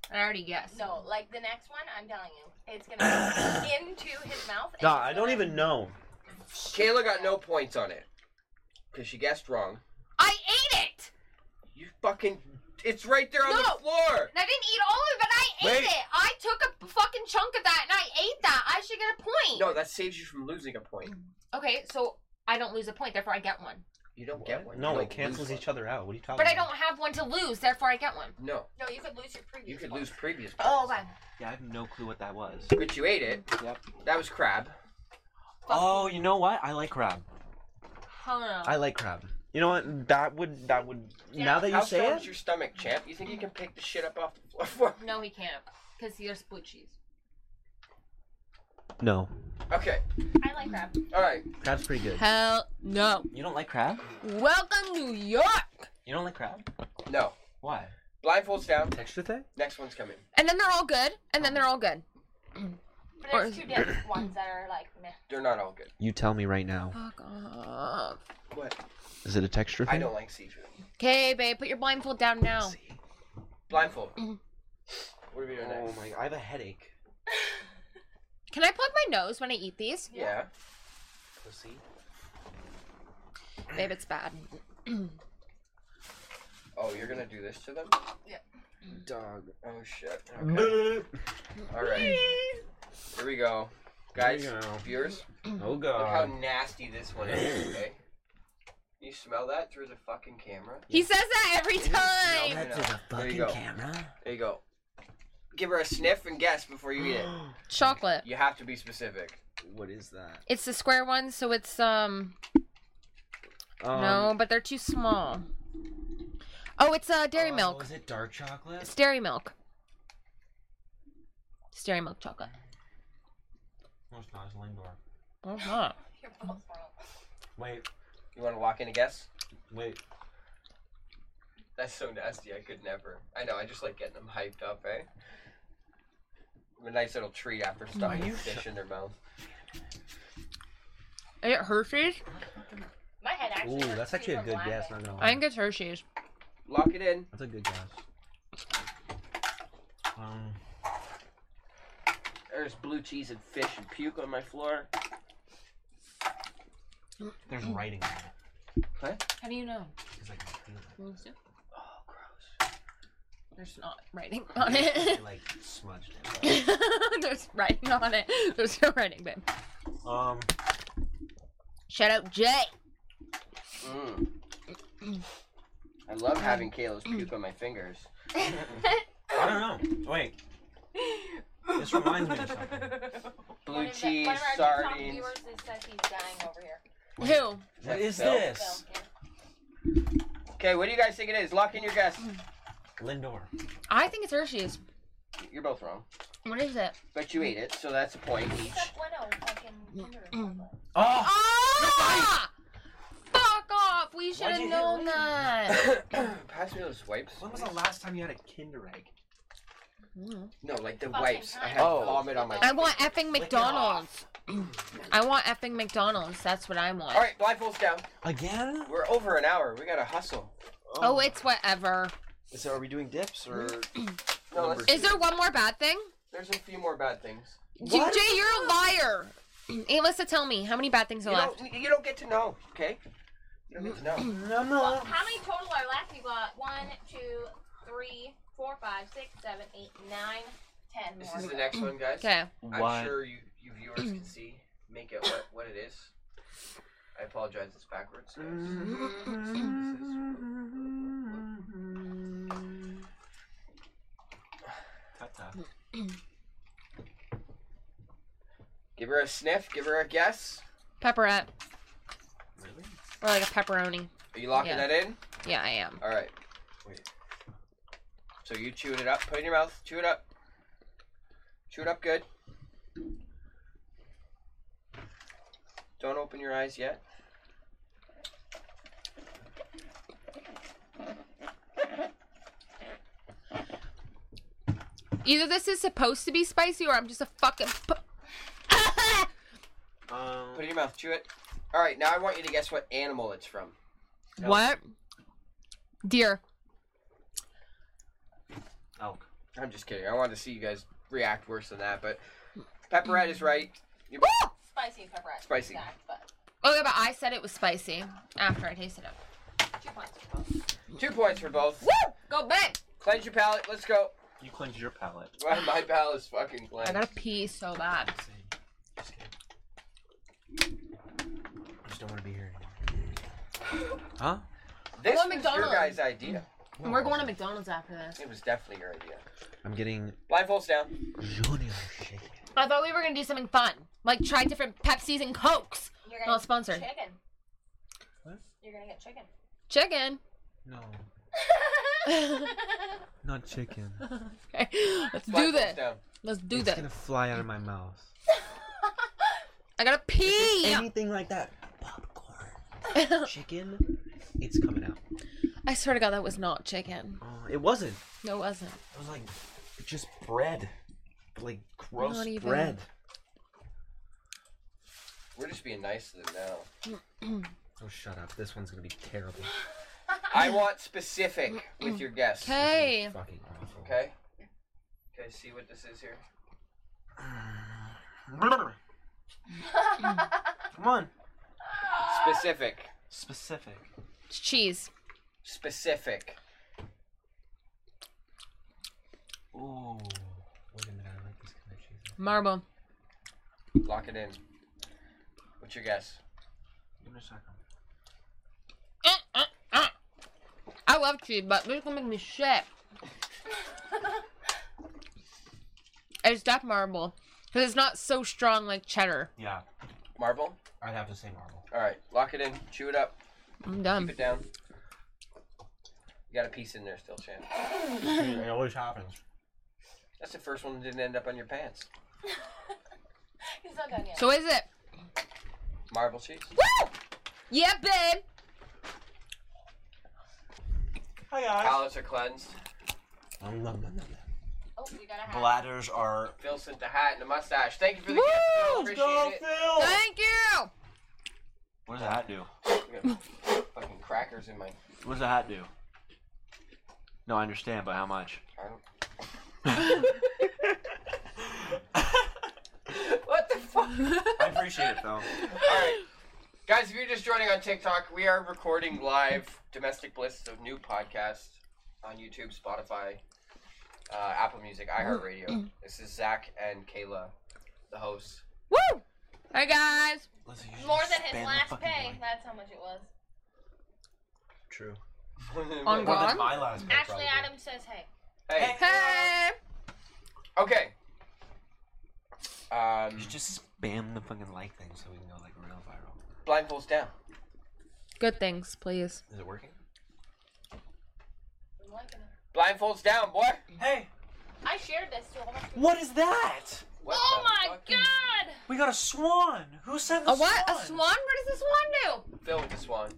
M: I already guessed.
H: No, like the next one, I'm telling you, it's gonna go into his mouth. and
B: Nah,
H: it's
B: I don't
H: gonna-
B: even know.
F: Kayla got no points on it because she guessed wrong.
D: I ate it.
F: You fucking. It's right there on
D: No.
F: the floor.
D: And I didn't eat all of it. I ate
B: Wait.
D: it. I took a fucking chunk of that and I ate that. I should get a point.
F: No, that saves you from losing a point.
D: Okay, so I don't lose a point, therefore I get one.
F: You don't get one.
B: No,
F: You
B: it
F: don't
B: cancels
F: lose one.
B: each other out. What are you talking
D: But I
B: about?
D: don't have one to lose, therefore I get one.
F: No,
H: No, you could lose your previous.
F: you could
H: one.
F: lose previous. Points.
D: Oh, okay.
I: Yeah, I have no clue what that was.
F: But you ate it.
I: Yep.
F: That was crab.
I: Oh, you know what? I like crab.
D: Hell no.
B: I like crab. You know what? That would that would now that you
F: How
B: say
F: strong
B: it.
F: is your stomach, champ? You think you can pick the shit up off the floor?
D: No, he can't. Because there's blue cheese.
B: No,
F: okay.
H: I like crab.
F: All right.
B: crab's pretty good.
D: Hell no.
I: You don't like crab?
D: Welcome, New York.
I: You don't like crab?
F: No.
I: Why?
F: Blindfolds down.
B: Texture thing.
F: Next one's coming.
D: And then they're all good. And then they're all good.
H: But there's two different ones that are like meh.
F: They're not all good.
A: You tell me right now.
D: Fuck off.
F: What?
A: Is it a texture thing?
F: I don't like seafood.
D: Okay, babe, put your blindfold down now.
F: Blindfold. what are we doing
A: Oh
F: next?
B: Oh my! I have a headache.
D: Can I plug my nose when I eat these?
F: Yeah.
B: Pussy.
D: Babe, it's bad.
A: Oh, you're gonna do this to them?
E: Yeah.
A: Dog. Oh shit. Okay. All right. Here we go, guys.
F: There you go.
A: Viewers,
F: Oh
A: look how
F: god.
A: nasty this one is. Okay. You smell that through the fucking camera?
D: He says that every time.
A: That's a fucking camera. There you go. Give her a sniff and guess before you eat it.
D: Chocolate.
A: You have to be specific.
B: What is that?
D: It's the square ones, so it's um
F: Um,
D: no, but they're too small. Oh, it's uh dairy
I: Oh,
D: milk.
I: Is it dark chocolate?
D: It's dairy milk. It's dairy milk chocolate.
I: No, it's not. It's Lindor.
D: Oh, it's not.
H: You're both wrong.
I: Wait,
A: You want to lock in a guess?
I: wait.
A: That's so nasty. I could never. I know. I just like getting them hyped up, eh? A nice little treat after stuffing a fish in their mouth.
D: Is it Hershey's?
H: My head actually.
F: Ooh,
H: hurts
F: that's
H: too
F: actually a
H: from
F: good
H: laughing.
F: guess. Not gonna
D: I
F: lie.
D: think it's Hershey's.
A: Lock it in.
F: That's a good guess.
I: Um,
A: There's blue cheese and fish and puke on my floor.
I: there's writing on it.
D: How do you know?
I: It's like, I feel it.
A: Oh, gross.
D: There's not writing on
I: It,
D: it.
I: like smudged it.
D: There's writing on it. There's no writing, babe.
F: Um,
D: Shout out Jay.
A: Mm. I love having Kayla's puke on my fingers.
F: I don't know. Wait. This reminds me of something.
H: One
A: Blue
H: of the-
A: cheese,
H: one of our TikTok
A: sardines.
H: viewers that says he's dying over here.
D: Who?
F: What is
A: Phil?
F: this?
H: So, yeah.
A: Okay, what do you guys think it is? Lock in your guess.
F: Lindor.
D: I think it's Hershey's.
A: You're both wrong.
D: What is it?
A: But you ate it, so that's a point each.
H: Except one of them fucking Kinder Chocolate.
F: Oh!
D: Ah! Fuck off! We should
I: Why'd
D: have
I: you
D: known
I: hit
D: that.
A: Pass me those wipes.
I: When was the last time you had a Kinder Egg?
A: No, like the
H: Fucking
A: wipes. I
H: time.
A: had
I: Oh.
A: vomit on my.
D: Mm. I want effing McDonald's. I want effing McDonald's. That's what I want.
A: All right, blindfolds down.
I: Again?
A: We're over an hour. We gotta hustle.
D: Oh, it's whatever.
I: Is there, are we doing dips or?
A: No, let's,
D: Is there one more bad thing?
A: there's a few more bad things.
D: J- Jay, you're a liar. Alyssa, tell me how many bad things
A: You
D: are left.
A: don't, you don't get to know, okay? You don't get to know.
F: No, no.
H: Well, how many total are left? We got one, two, three, four, five, six, seven, eight, nine, ten
A: This
H: more.
A: is the next one, guys.
D: Okay.
A: I'm sure you, you viewers can see. Make it what, what it is. I apologize, it's backwards. guys. This is- Give her a sniff. Give her a guess.
D: Pepperette.
I: Really?
D: Or like a pepperoni.
A: Are you locking
D: Yeah.
A: that in?
D: Yeah, I am.
A: All right.
I: Wait.
A: So you chewed it up. Put it in your mouth. Chew it up. Chew it up good. Don't open your eyes yet.
D: Either this is supposed to be spicy or I'm just a fucking. Pu-
F: Um,
A: Put it in your mouth. Chew it. All right. Now I want you to guess what animal it's from.
D: what? Deer.
I: Elk.
A: I'm just kidding. I wanted to see you guys react worse than that, but Pepperette is right. You-
H: Spicy pepperoni.
A: Spicy.
H: Exact, but
D: Oh yeah, but I said it was spicy after I tasted it.
H: two points for both.
A: Two points for both.
D: Woo! Go back.
A: Cleanse your palate. Let's go.
I: You cleanse your palate.
A: My, my palate is fucking
D: I
A: cleansed.
D: gotta pee so bad.
I: Same. Just kidding. I just don't want to be here anymore. Huh?
A: This
D: I
A: was your
D: want McDonald's.
A: guys' idea.
D: And we're going to McDonald's after this.
A: It was definitely your idea.
B: I'm getting
A: Blindfolds down.
I: Junior shake.
D: I thought we were gonna do something fun, like try different Pepsis and Cokes.
H: You're gonna
D: Not
H: get
D: sponsored.
H: Chicken.
I: What?
H: You're gonna get chicken.
D: Chicken.
I: No.
D: okay,
I: Not chicken.
D: let's do
A: Blindfolds
D: this.
A: Down.
D: Let's do
F: it's
D: this.
F: gonna fly out of my mouth.
D: I gotta pee.
F: Anything like that, popcorn, chicken, it's coming out.
D: I swear to God, that was not chicken.
F: Oh, it wasn't.
D: No, it wasn't.
F: It was like just bread, like gross
D: Not even.
F: bread.
A: We're just being nice to them now.
F: Oh, shut up! This one's gonna be terrible.
A: I want specific with your guess.
D: Okay.
F: Fucking awful.
A: Okay. Okay. See what this is here.
I: Come on.
A: Specific.
I: Specific.
D: It's cheese.
A: Specific.
I: Ooh. Wait a minute, I like this kind of cheese.
D: Marble.
A: Lock it in. What's your guess?
I: Give me a second.
D: I love cheese, but this gonna make me shit. it's def marble because it's not so strong like cheddar.
I: Yeah,
A: Marble?
I: I'd have to say marble.
A: Alright, lock it in. Chew it up.
D: I'm
A: Keep
D: done.
A: it down. You got a piece in there still, Chan.
I: it always happens.
A: That's the first one that didn't end up on your pants.
H: He's not done yet.
D: So is it?
A: Marble cheese.
D: Woo! Yeah, babe.
K: Hi guys.
A: Palates are cleansed.
I: Nom, nom, nom, nom, nom.
H: Oh, we got a hat.
I: Bladders are.
A: Phil sent the hat and the mustache. Thank you for the
D: Woo!
A: gift. Phil.
K: Go
A: Appreciate
K: Phil.
D: Thank you.
I: What does the hat do?
A: it. I'm gonna- Fucking crackers in my.
I: What does the hat do? No, I understand, but how much?
A: I don't. what the fuck?
I: I appreciate it though.
A: Alright. Guys, if you're just joining on TikTok, we are recording live Domestic Bliss, so new podcast on YouTube, Spotify, uh, Apple Music, iHeartRadio. This is Zach and Kayla, the hosts.
D: Woo! Hey guys.
I: Listen, you should
H: More
I: just
H: than his
I: spend the
H: last
I: fucking
H: pay.
I: money.
H: That's how much it was.
I: True.
D: On
I: More
D: God.
I: than my last pay.
H: Actually,
I: probably.
H: Adam says, hey.
A: Hey.
D: Hey.
A: Okay. Um,
I: You should just spam the fucking like thing so we can go like real viral.
A: blindfolds down.
D: Good things, please.
I: Is it working?
H: I'm liking it.
A: Blindfolds down, boy.
I: Hey,
H: I shared this to all my
I: what is that?
A: What
H: Oh
A: the
H: my
A: fuck?
H: god!
I: We got a swan. Who sent the
D: A what? A swan? What does the swan do?
A: Phil with the swan.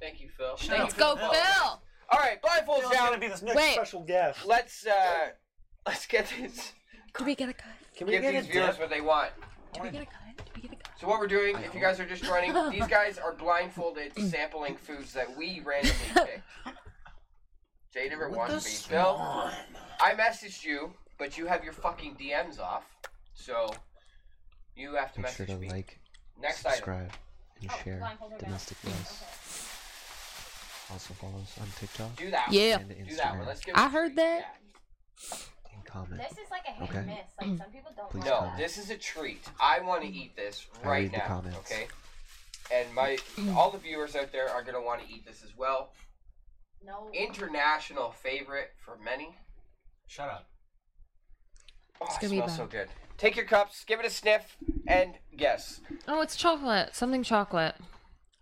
A: Thank you, Phil. Thank
D: Let's
A: you.
D: go,
I: Phil.
D: Phil.
A: All right, blindfolds
K: Phil's gonna
A: down.
K: be this next
D: Wait.
K: special guest.
A: Let's uh, let's get these.
D: Can we get a cut?
K: Can we
A: Give
K: get a
A: these viewers
K: dip?
A: what they want.
D: Can we get a cut? Can we get a cut?
A: So what we're doing, if you guys are just joining, these guys are blindfolded sampling foods that we randomly picked. So you never want to be. Phil, I messaged you, but you have your fucking DMs off. So you have to
B: Make sure
A: message
B: to
A: me.
B: like,
A: Next item.
B: subscribe, and
H: Oh,
B: share
H: blindfold her down.
B: Domestic Bliss. Also follow us on TikTok
A: Do that.
D: Yeah.
B: and
A: Do that one.
B: Instagram
A: Let's give
D: I
A: it-
D: heard that.
B: and comment.
H: This is like a hit
B: Okay.
H: and miss. Like some people don't
B: Please
H: like
A: No,
B: comment.
A: this is a treat. I want to eat this
B: I
A: right
B: read the
A: now.
B: comments.
A: Okay. And my all the viewers out there are gonna want to eat this as well.
H: No.
A: International favorite for many.
I: Shut up.
A: Oh,
D: It's
A: it
D: gonna be
A: smells
D: bad.
A: so good. Take your cups, give it a sniff, and guess.
D: Oh, it's chocolate. Something chocolate.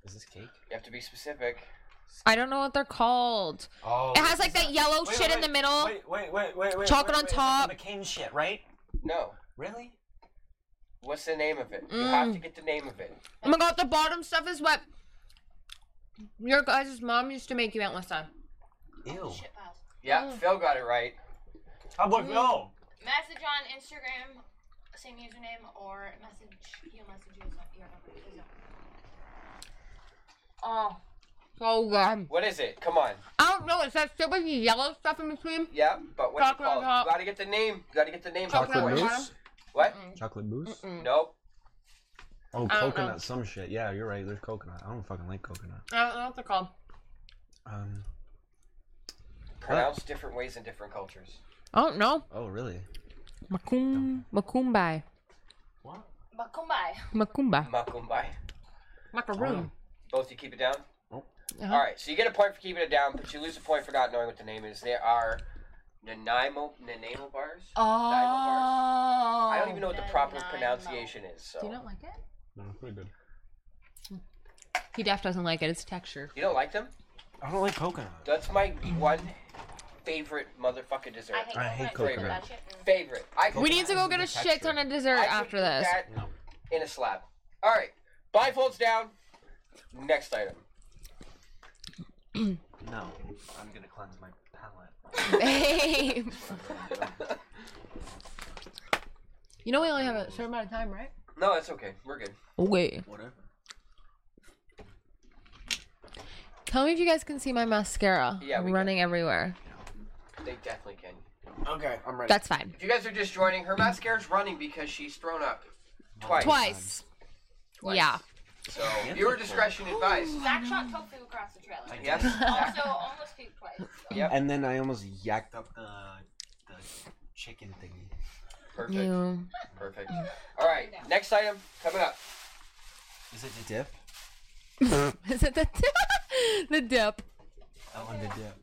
I: Is this cake?
A: You have to be specific.
D: I don't know what they're called.
I: Oh.
D: It has like that yellow
I: Wait,
D: shit in
I: wait,
D: the middle.
I: Wait, wait, wait, wait, wait.
D: Chocolate
I: wait,
D: on
I: wait,
D: top.
I: like the McCain shit, right?
A: No.
I: Really?
A: What's the name of it?
D: Mm.
A: You have to get the name of it.
D: Oh my god, the bottom stuff is what your guys' mom used to make you out last time.
I: Ew.
H: Shit piles.
A: Yeah,
D: Mm.
A: Phil got it right.
K: How about Phil?
H: Message on Instagram, same username, or message your message is not your number. is not-
D: Oh, so good.
A: What is it? Come on.
D: I don't know. It's that stupid yellow stuff in between.
A: Yeah, but what's
D: Chocolate
A: it called?
D: hot.
A: You gotta get the name. You gotta get the name.
D: Chocolate
A: before
F: Chocolate
A: it.
D: mousse?
F: mousse?
A: What?
F: Chocolate mousse?
A: Nope.
F: Oh,
D: I don't know.
F: coconut, some shit. Yeah, you're right. There's coconut. I don't fucking like coconut.
D: I don't know what they're called.
F: Um.
A: Pronounced different ways in different cultures.
D: I don't know.
F: Oh, really?
D: Macum, macumbai,
H: But come by.
D: macumba,
A: Makumbai.
D: macaroon.
A: Both you keep it down?
F: Nope.
D: Uh-huh.
A: All right, so you get a point for keeping it down, but you lose a point for not knowing what the name is. There are Nanaimo, Nanaimo bars. Nanaimo bars.
D: Oh.
A: I don't even know what the proper
H: Nanaimo.
A: pronunciation is. So.
D: Do you not like it?
F: No, it's pretty good.
D: He def doesn't like it. It's texture.
A: You don't like them?
I: I don't like coconut.
A: That's my one favorite motherfucking dessert.
H: I hate,
F: I hate
H: coconut.
F: coconut.
H: That shit. Mm.
A: favorite. I could
D: We need to go get a
F: Texture.
D: shit ton of dessert
A: I could
D: after
A: put
D: this.
A: that
F: No.
A: in a slab. All right, blindfolds down. Next item.
I: No, I'm gonna cleanse my palate.
D: Babe. you know we only have a certain amount of time, right?
A: No, that's okay. We're good.
D: Okay.
I: Whatever.
D: Tell me if you guys can see my mascara
A: Yeah, we
D: running everywhere.
A: They definitely can.
I: Okay, I'm ready.
D: That's fine.
A: If you guys are just joining, her mascara's running because she's thrown up twice.
D: Twice.
A: Twice.
D: Yeah.
A: So your discretion advised.
H: Zach shot tofu across the trailer.
A: Yes.
H: Also, almost puked twice.
A: Yep.
F: And then I almost yacked up the
I: chicken thingy.
A: Perfect.
D: Yeah.
A: Perfect. All right. Next item coming up.
I: Is it the dip?
D: Is it the the dip?
I: I want the dip.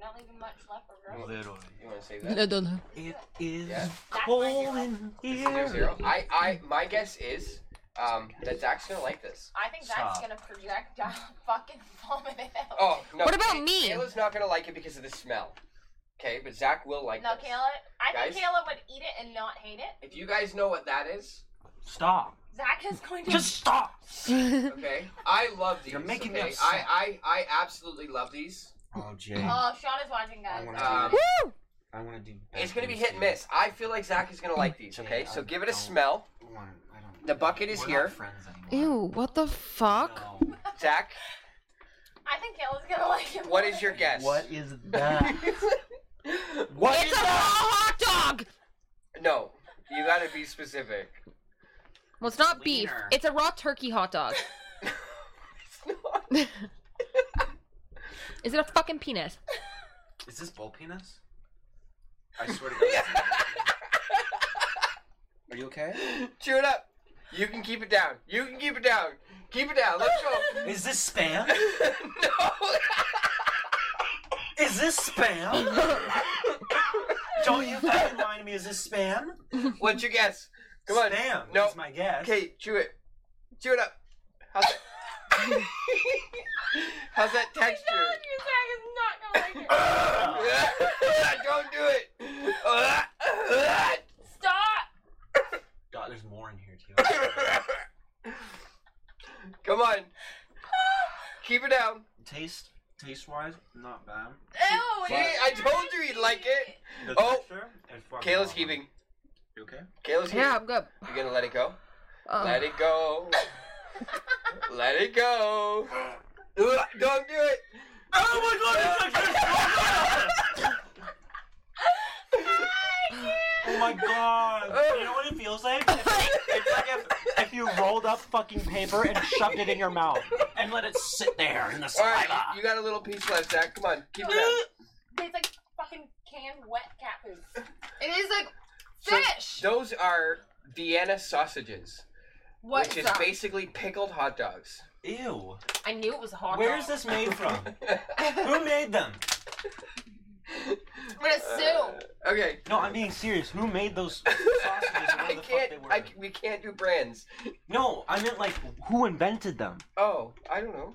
H: Not leaving much left for girls.
I: Literally.
A: You want to save that?
D: I don't know.
I: It is
A: Yeah.
H: That's my
I: cold
H: zero.
I: in
A: Zero,
I: here.
A: zero. I, I, my guess is um, that Zach's gonna like this.
H: I think that's
I: Stop.
H: gonna projectile fucking vomit it out.
A: Oh no.
D: What about
A: Kay-
D: me?
A: Kayla's not gonna like it because of the smell. Okay, but Zach will like
H: No,
A: this.
H: Kayla. I
A: Guys?
H: think Kayla would eat it and not hate it.
A: If you guys know what that is,
I: Stop.
H: Zach is going to.
I: Just stop.
A: okay. I love these.
I: You're making me
A: okay?
I: upset.
A: I, I, I absolutely love these.
I: Oh, Jay.
H: Oh, Sean is watching,
I: I
H: guys.
I: want to
A: Um,
I: do.
D: Woo!
I: I want to do.
A: it's gonna be hit and miss. I feel like Zach is gonna like these. Okay, so give it a smell. The bucket is here.
D: Ew, what the fuck?
A: Zach,
H: I think Kayla's gonna like it.
A: what is your guess?
I: What is that?
A: What
D: It's a raw hot dog!
A: No, you gotta be specific.
D: Well, it's not beef.
I: Wiener.
D: It's a raw turkey hot dog. Is it a fucking penis?
I: Is this bull penis?
A: I swear to God.
I: Are you okay?
A: Chew it up. You can keep it down. You can keep it down. Keep it down. Let's go.
I: Is this spam?
A: no.
I: Is this spam? Don't you fucking lie to me. Is this spam?
A: What's your guess? Come on.
I: Spam.
A: No.
I: Is my guess.
A: Okay, chew it. Chew it up. How's that? How's that texture?
H: Zach is not gonna like it.
I: Ah.
A: Don't do it.
H: Stop.
I: God, there's more in here too.
A: Come on. Keep it down.
I: taste, taste wise, not bad.
H: Ew.
A: See,
H: it's
A: I told you he'd like it.
I: The
A: Oh.
I: texture is fucking
A: Kayla's
I: awesome.
A: keeping.
I: You okay?
A: Kayla's keeping.
D: Yeah, I'm good.
A: You're gonna let it go?
D: Oh.
A: Let it go. let it go. Ugh, Don't do it.
I: Oh my god, the texture Oh my
A: Uh,
I: god. You know what it feels like? It's like, it's like if, if you rolled up fucking paper and shoved it in your mouth and let it sit there in the
A: All
I: saliva.
A: right, you, you got a little piece left, Zach. Come on, keep it down.
H: tastes like fucking canned wet cat food.
E: It is like
A: So-
E: fish.
A: Those are Vienna sausages,
E: what
A: which is
E: the-
A: basically pickled hot dogs.
I: Ew.
E: I knew it was a hot
I: Where is
E: dog.
I: this made from? Who made them?
E: But it's soup.
A: Uh, Okay.
I: No, I'm being serious. Who made those sausages? or whatever
A: I
I: the fuck
A: can't.
I: they were?
A: I, c- we can't do brands.
I: No, I meant like who invented them?
A: Oh, I don't know.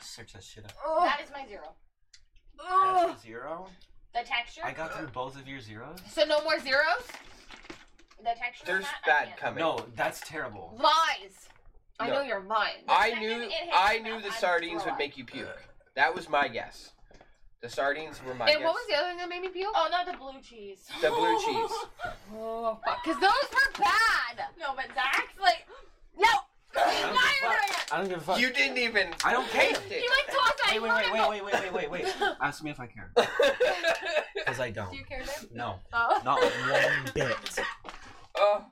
I: Search that shit up.
H: That is my zero.
I: That's a zero.
H: The texture.
I: I got through both of your zeros.
E: So no more zeros?
H: The texture.
A: There's
H: on that, I
A: bad
H: can't.
A: coming.
I: No, that's terrible.
E: Lies. I
A: No.
E: know you're lying.
A: I
H: Second,
A: knew.
H: it hits
A: I
H: the
A: knew
H: mouth,
A: the
H: I'd
A: sardines
H: throw
A: would
H: up.
A: make you puke. That was my guess. The sardines were my
E: and
A: guess.
E: what was the other thing that made me puke?
H: Oh, not the blue cheese.
A: The blue cheese.
E: Oh, fuck. Because those were bad.
H: no, but Zach's like, no.
I: I don't
H: Why
I: give a
H: are
I: fuck. I don't give a fuck.
A: You didn't even
I: I don't care.
A: taste
H: you?
A: it.
H: He like tossed that.
I: Wait, wait, wait, wait, wait, wait, wait, wait, wait. Ask me if I care. Because I don't.
H: Do you care, babe?
I: No,
H: Oh.
I: not one bit.
A: oh,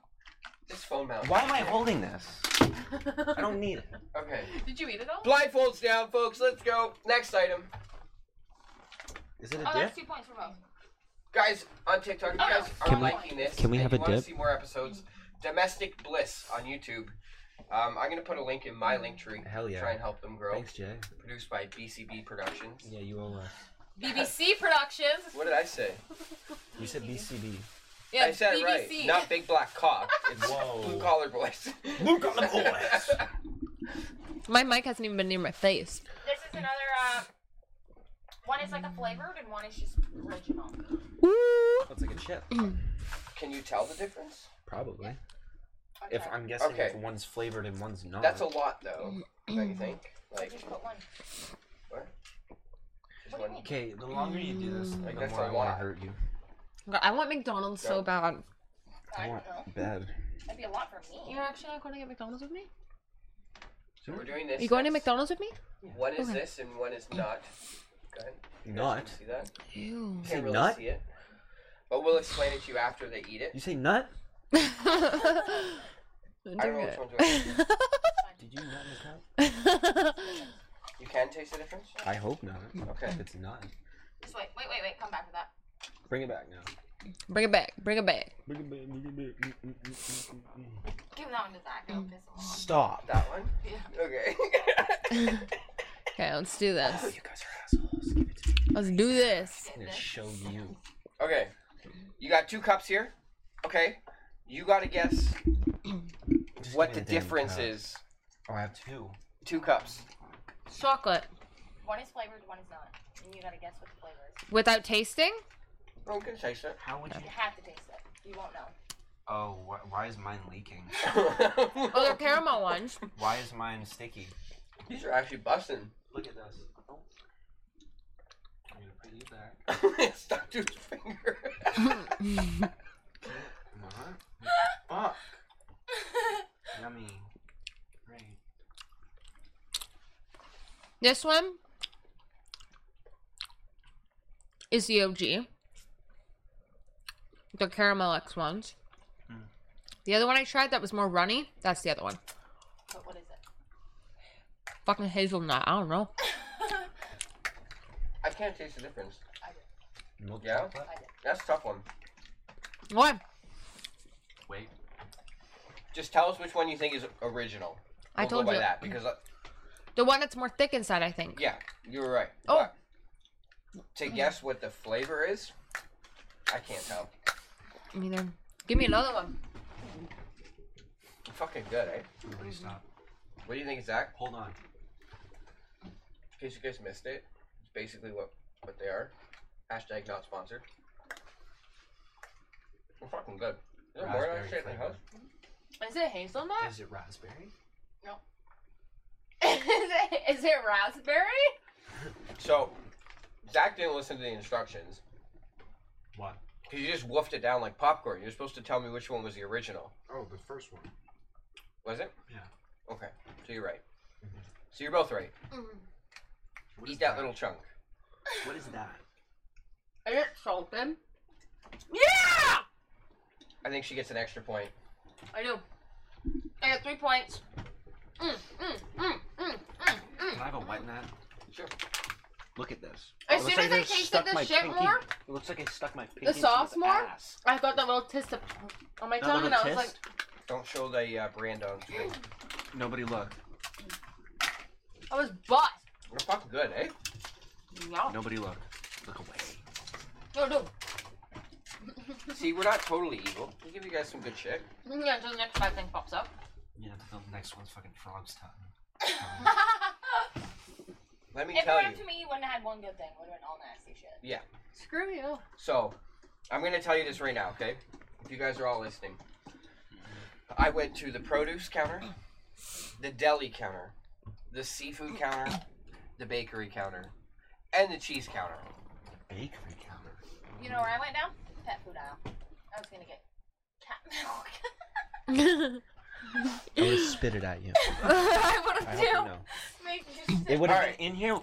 A: this phone mount.
I: Why am I holding this? I don't need it.
A: Okay.
E: Did you eat it all?
A: Blindfolds down, folks. Let's go. Next item,
I: Is it
H: Oh,
I: a dip?
H: that's two points for both.
A: guys. On TikTok, you
H: Oh,
A: guys are
H: can we-
A: liking this.
B: can we
A: and
B: have
A: you
B: a
A: wanna
B: dip?
A: See more episodes. Domestic Bliss on YouTube. Um, I'm gonna put a link in my link tree.
B: Hell yeah.
A: Try and help them grow.
B: Thanks, Jay.
A: Produced by BCB Productions.
B: Yeah, you owe us.
E: BBC Productions.
A: What did I say?
B: You said BCB.
E: Yeah,
A: I said it right.
E: BBC.
A: Not Big Black Cock. It's Blue
I: Whoa.
A: Collar Boys.
I: Blue Collar Boys.
D: My mic hasn't even been near my face.
H: This is another. Uh, one is like a flavored, and one is just original.
D: Woo!
I: That's like a chip.
D: Mm.
A: Can you tell the difference?
B: Probably.
H: Okay.
B: If I'm guessing
A: Okay.
B: if one's flavored and one's not.
A: That's a lot, though. Don't you think?
H: I
A: Like,
H: just put one.
A: just
H: What do you
A: one.
H: mean?
I: Okay, the longer you do this,
A: Like,
I: the
A: that's
I: more
A: a
I: I want to
A: lot.
I: hurt you.
D: God, I want McDonald's so
A: Yeah.
D: bad.
H: I don't
B: want
H: know.
B: bad.
H: That'd be a lot for me.
D: You're actually not going to get McDonald's with me?
A: We're doing this.
D: Are you going to
A: next.
D: McDonald's with me?
A: One is
D: Okay.
A: this and one is not. Okay. You guys
B: Not?
A: can See that?
D: Ew.
A: You
B: say
A: can't really
B: nut?
A: see it. But we'll explain it to you after they eat it.
B: You say nut?
A: I don't know which one's which.
B: Did you nut in the cup?
A: You can taste the difference?
B: I hope not.
A: Okay.
B: If it's not.
H: Just wait, wait, wait, wait. Come back with that.
F: Bring it back now.
D: Bring it back. Bring it back.
F: Bring it back, bring it back. Mm, mm, mm, mm, mm, mm.
H: Give that one to Zach. It'll piss him off.
F: Stop.
A: That one? Okay.
D: Okay, let's do this.
F: You guys are assholes. Give it to me.
D: Let's do this.
F: I'm gonna show you.
A: okay. You got two cups here. Okay. You got to guess
F: Just
A: what
F: give
A: the
F: me damn
A: difference
F: cup.
A: is.
F: Oh, I have two.
A: Two cups.
D: Chocolate
H: One is flavored, one is not. And you gotta guess what the flavor is.
D: without tasting.
A: Oh, you can taste it.
F: How would
H: You have to taste it. You won't know.
F: Oh, wh- why is mine leaking?
D: Oh, they're caramel ones.
F: Why is mine sticky?
A: These are actually busting.
F: Look at this. Oh. I'm gonna put you back.
A: It's stuck to his finger.
F: Fuck. Yummy. Great.
D: This one is the OG. The caramel X ones. The other one I tried that was more runny. That's the other one.
H: But what is it?
D: Fucking hazelnut. I don't know.
A: I can't taste the difference.
F: Milk
A: Yeah?
F: chocolate?
A: That's a tough one.
D: What?
F: Wait.
A: Just tell us which one you think is original.
D: I
A: We'll go
D: told
A: by
D: you.
A: that because uh,
D: The one that's more thick inside, I think.
A: yeah, you were right.
D: Oh.
A: But to guess what the flavor is, I can't tell.
D: Me neither. Give me another one.
A: Fucking good, eh?
F: Everybody stop.
A: What do you think, Zach?
F: Hold on.
A: In case you guys missed it, it's basically what what they are. Hashtag not sponsored. They're fucking good. Is there more of that
F: Raspberry
A: shit in the
F: flavor.
A: house?
H: Is it hazelnut?
F: Is it raspberry?
H: is, it, is it raspberry?
A: So, Zach didn't listen to the instructions
F: What?
A: because you just woofed it down like popcorn. You're supposed to tell me which one was the original.
K: Oh, the first one.
A: Was it?
F: Yeah. Mm-hmm.
A: Okay, so you're right. So you're both right.
F: What is
A: Eat that little chunk.
F: What is that?
E: Is it salted?
A: I think she gets an extra point.
E: I do. I got three points.
F: Can I have a wet nap?
A: Sure.
F: Look at this.
E: As
F: It
E: soon
F: looks
E: as I
F: just
E: tasted
F: stuck
E: this
F: my
E: shit more-
F: It looks like I stuck my pinky.
E: The sauce
F: into his
E: more?
F: Ass.
E: I got that little taste of, on my
F: That
E: tongue,
F: little
E: and I was like,
F: taste?
A: Don't show the uh, brand on screen.
F: Nobody looked.
E: I was butt.
A: They're fucking good, eh?
E: No,
F: Nobody looked. Look away.
E: no, no.
A: See, we're not totally evil. We give you guys some good shit.
E: Yeah, until the next bad thing pops up.
F: Yeah, the next one's fucking frog's tongue.
A: Let me
H: if it
A: tell
H: were
A: you.
H: up to me, you wouldn't have had one good thing. Would have been all nasty shit.
E: Screw you.
A: So, I'm gonna tell you this right now, okay? If you guys are all listening, I went to the produce counter, the deli counter, the seafood counter, the bakery counter, and the cheese counter.
F: Bakery counter.
H: You know where I went down? Pet food aisle. I was gonna get cat milk.
B: I would spit it at you.
H: I would
F: I
H: have
F: hope you
H: too.
F: know.
H: Make just
F: It would have
A: Alright.
F: been in here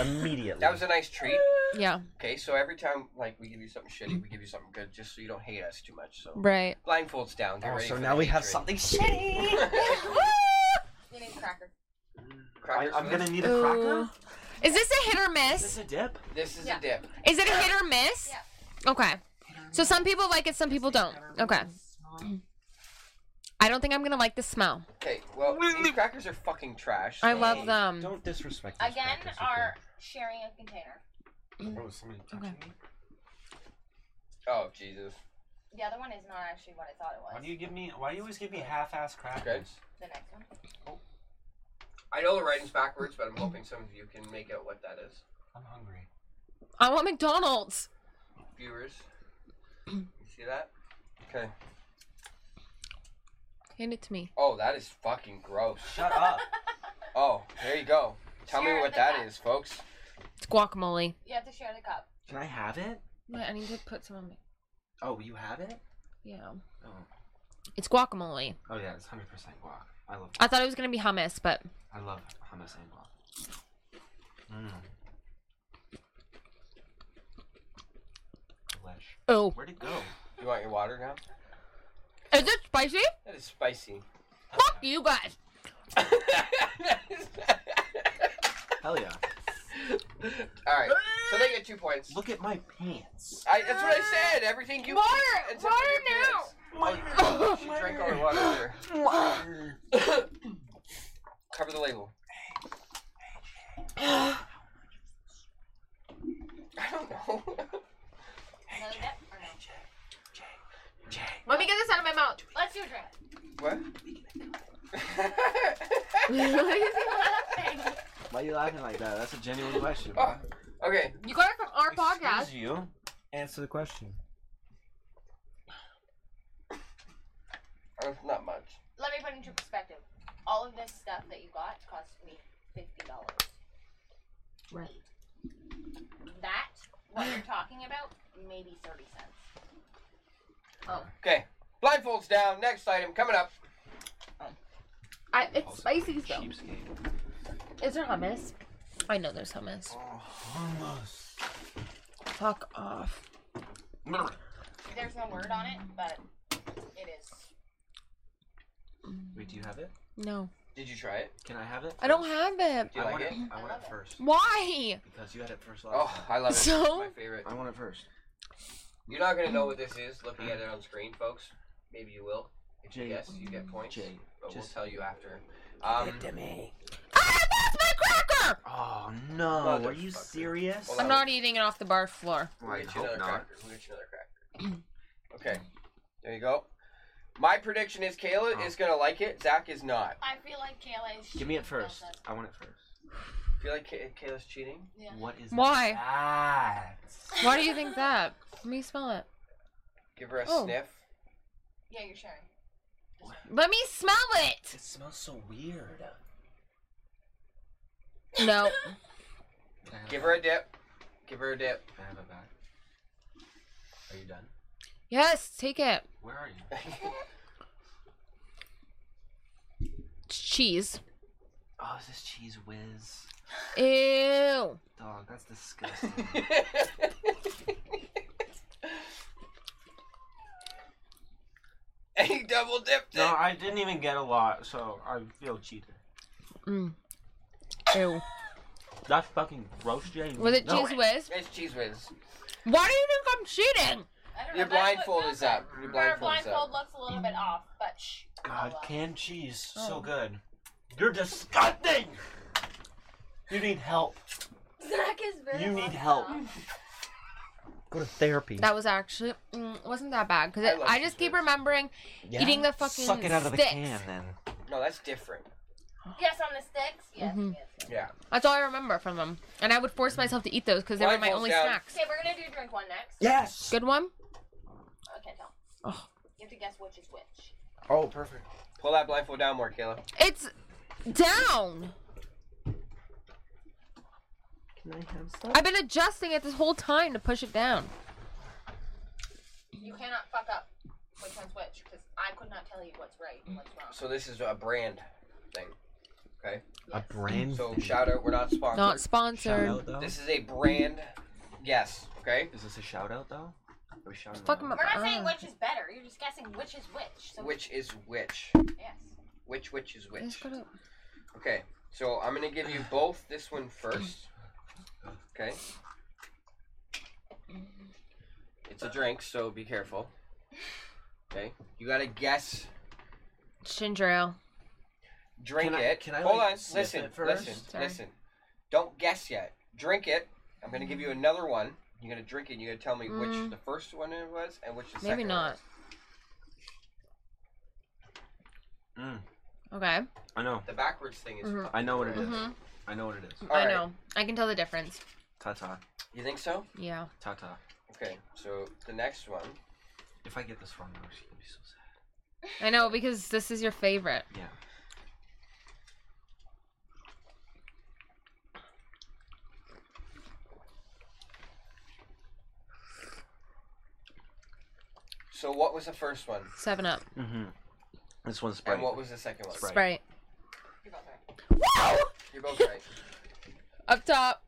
F: immediately.
A: That was a nice treat.
D: Yeah.
A: Okay, so every time like we give you something shitty, we give you something good, just so you don't hate us too much. So
D: Right.
A: blindfolds down. Get
F: Oh,
A: ready
F: so
A: for
F: now
A: the
F: we have
A: hatred.
F: something shitty.
H: you need a cracker.
A: Crackers
F: I, am
A: for
F: gonna
A: this?
F: need a cracker.
D: Is this a hit or
F: Is this
D: miss?
F: a dip?
A: This is
H: Yeah.
A: a dip.
D: Is it a hit or miss? Okay. So some people like it, some people don't. Okay. I don't think I'm gonna like the smell.
A: Okay, well these crackers are fucking trash.
D: I
A: so-
D: love them.
F: Don't disrespect. these
H: Again,
F: crackers, okay?
H: are sharing a container.
K: Oh, somebody touching me?
A: Oh Jesus.
H: The other one is not actually what I thought it
F: Why
H: was.
F: do you give me? Why do you always give me half-ass crackers?
H: The next one.
A: I know the writing's backwards, but I'm hoping some of you can make out what that is.
F: I'm hungry.
D: I want McDonald's.
A: Viewers, you see that? Okay.
D: Hand it to me.
A: Oh, that is fucking gross.
F: Shut up.
A: Oh, there you go. Tell me
H: Share
A: what
H: the
A: that
H: cup.
A: is, folks.
D: It's guacamole.
H: You have to share the cup.
F: Can I have it?
D: I need to put some on me.
F: Oh, you have it?
D: Yeah.
F: Oh,
D: It's guacamole.
F: oh yeah, it's hundred percent guac. I love.
D: I thought it was gonna be hummus, but
F: I love hummus and guac. Mm. Delish.
D: oh,
F: Where'd it go?
A: You want your water now?
D: is it spicy?
A: That is spicy.
D: Fuck you guys.
A: All
F: Hell yeah.
A: right. So they get two points.
I: Look at my pants.
A: I, that's what I said. Everything you
E: Water!
A: eat except for
E: Water
A: your
E: now!
A: pants. You should drink all the water there. Cover the label. I don't know.
H: Another dip or no?
E: Let me get this out of my mouth.
H: Let's do a drink.
A: what?
F: Why are you laughing like that? uh, That's a genuine question.
A: Oh, okay.
E: You got it from our podcast.
F: Excuse you. Answer the question.
A: Uh, not much.
H: Let me put it into perspective. All of this stuff that you got cost me fifty dollars.
E: Right.
H: That what you're talking about, maybe thirty cents.
A: Okay. Blindfolds down. Next item coming up.
E: I, it's spicy though.
B: Cheapskate.
E: Is there hummus?
D: I know there's hummus. Fuck off.
H: There's no word on it, but it is.
F: Wait, do you have it?
D: No,
A: Did you try it?
F: Can I have it?
D: I don't have it.
A: Do you like it?
F: I want it first
D: Why?
F: because you had it first last.
A: Oh, I love it.
D: So-
A: my favorite.
F: I want it first.
A: You're not gonna know what this is looking at it on screen, folks. Maybe you will. If you
F: Jay,
A: guess, you get points.
F: Jay,
A: but we'll
F: just-
A: tell you after. Um,
F: me.
D: Ah, that's my cracker.
F: Oh no! Are you
A: Motherfucker.
F: serious?
A: Hold
D: I'm not eating it off the bar floor.
A: we'll
B: I
A: get you
B: hope
A: another
B: not.
A: cracker. We'll get you another cracker. okay. There you go. My prediction is Kayla
F: Oh.
A: is gonna like it. Zach is not.
H: I feel like Kayla is.
F: Give me it
H: cheating
F: first.
H: about
F: I want it first.
A: I feel like Kay- Kayla's cheating.
H: this. Yeah.
F: What is
D: Why?
F: that?
D: Why do you think that? Let me smell it.
A: Give her a
D: Oh.
A: sniff.
H: Yeah, you're sharing.
D: Let me smell it.
F: It smells so weird.
D: No.
F: Can I have
A: Give
F: it
A: her a dip. Give her a dip.
F: back? Can I have it back? Are you done?
D: Yes, take it.
F: Where are you?
D: It's cheese.
F: Oh, is this cheese whiz?
D: Ew.
F: Dog, that's disgusting.
A: and he double dipped it.
I: No, I didn't even get a lot, so I feel cheated.
D: Mm. Ew.
I: That's fucking gross, Jay.
D: Was it
I: No,
D: cheese whiz?
A: It's cheese whiz.
D: Why do you think I'm cheating?
H: I don't
A: Your
H: know, that's what
A: blindfold
H: feels
A: is up.
H: like.
A: Your
H: Her
A: blindfold's
H: blindfold
A: up.
H: looks a little bit off, but shh.
I: God,
H: Oh, well.
I: canned cheese,
D: Oh.
I: so good. You're disgusting. You need help.
H: Zach is very.
I: You need
H: lost
I: help.
H: now.
F: Go to therapy.
D: That was actually mm, wasn't that bad because
A: I
D: I,
A: love
D: just
A: cheese
D: keep
A: whiz.
D: remembering eating the fucking
F: Suck it out of
D: sticks.
F: the can then.
A: No, that's different.
H: Yes, on the sticks. Yes.
D: Mhm.
H: yes, yes.
A: Yeah.
D: That's all I remember from them, and I would force myself to eat those because they were my
A: Blindfolds
D: only
A: down.
D: snacks.
H: Okay, we're gonna do drink one next.
I: Yes.
D: Good one.
H: Okay, tell.
D: Ugh.
H: You have to guess which is which.
F: Oh, perfect.
A: Pull that blindfold down more, Kayla.
D: It's down.
F: Can I have some?
D: I've been adjusting it this whole time to push it down.
H: You cannot fuck up which one's which because I could not tell you what's right and what's wrong.
A: So this is a brand thing. Okay.
F: A brand.
A: So
F: thing.
A: shout out. We're not sponsored.
D: Not
F: Shout
D: sponsored.
F: out though.
A: This is a brand. Yes. Okay.
F: Is this a shout out though? Are we shouting?
D: Fuck
F: them
D: him
F: out?
D: up.
H: We're not saying
D: Ah.
H: which is better. You're just guessing which is which. So
A: Which is which?
H: Yes.
A: Which which is
D: I just
A: which?
D: gotta- uh,
A: Okay. So I'm gonna give you both this one first. Okay. It's a drink, so be careful. Okay. You gotta guess.
D: Ginger ale.
A: Drink
F: Can I-
A: it.
F: can I,
A: Hold
F: like,
A: on.
F: sniff
A: Listen.
F: it first?
A: Listen.
D: Sorry.
A: Listen. Don't guess yet. Drink it. I'm gonna give you
D: Mm-hmm.
A: another one. You're gonna drink it. and You're gonna tell me
D: Mm.
A: which the first one it was and which the second.
D: Maybe
A: one
D: not.
A: was.
F: Mm,
D: Okay.
F: I know.
A: The backwards thing is.
D: Mhm.
F: I know what it is.
D: Mhm.
F: I know what it is.
A: All
D: I
A: right.
D: know. I can tell the difference.
F: Ta ta.
D: Mm-hmm.
A: You think so?
D: Yeah.
F: Ta ta.
A: Okay. So the next one.
F: If I get this wrong, though, she's gonna be so sad.
D: I know because this is your favorite.
F: Yeah.
A: So what was the first one?
D: Seven up.
F: Mm-hmm. This one's
A: And
F: Sprite.
A: what was the second one?
F: Sprite.
D: Sprite.
H: You're both right.
D: Whoa!
A: You're both right.
D: Up top.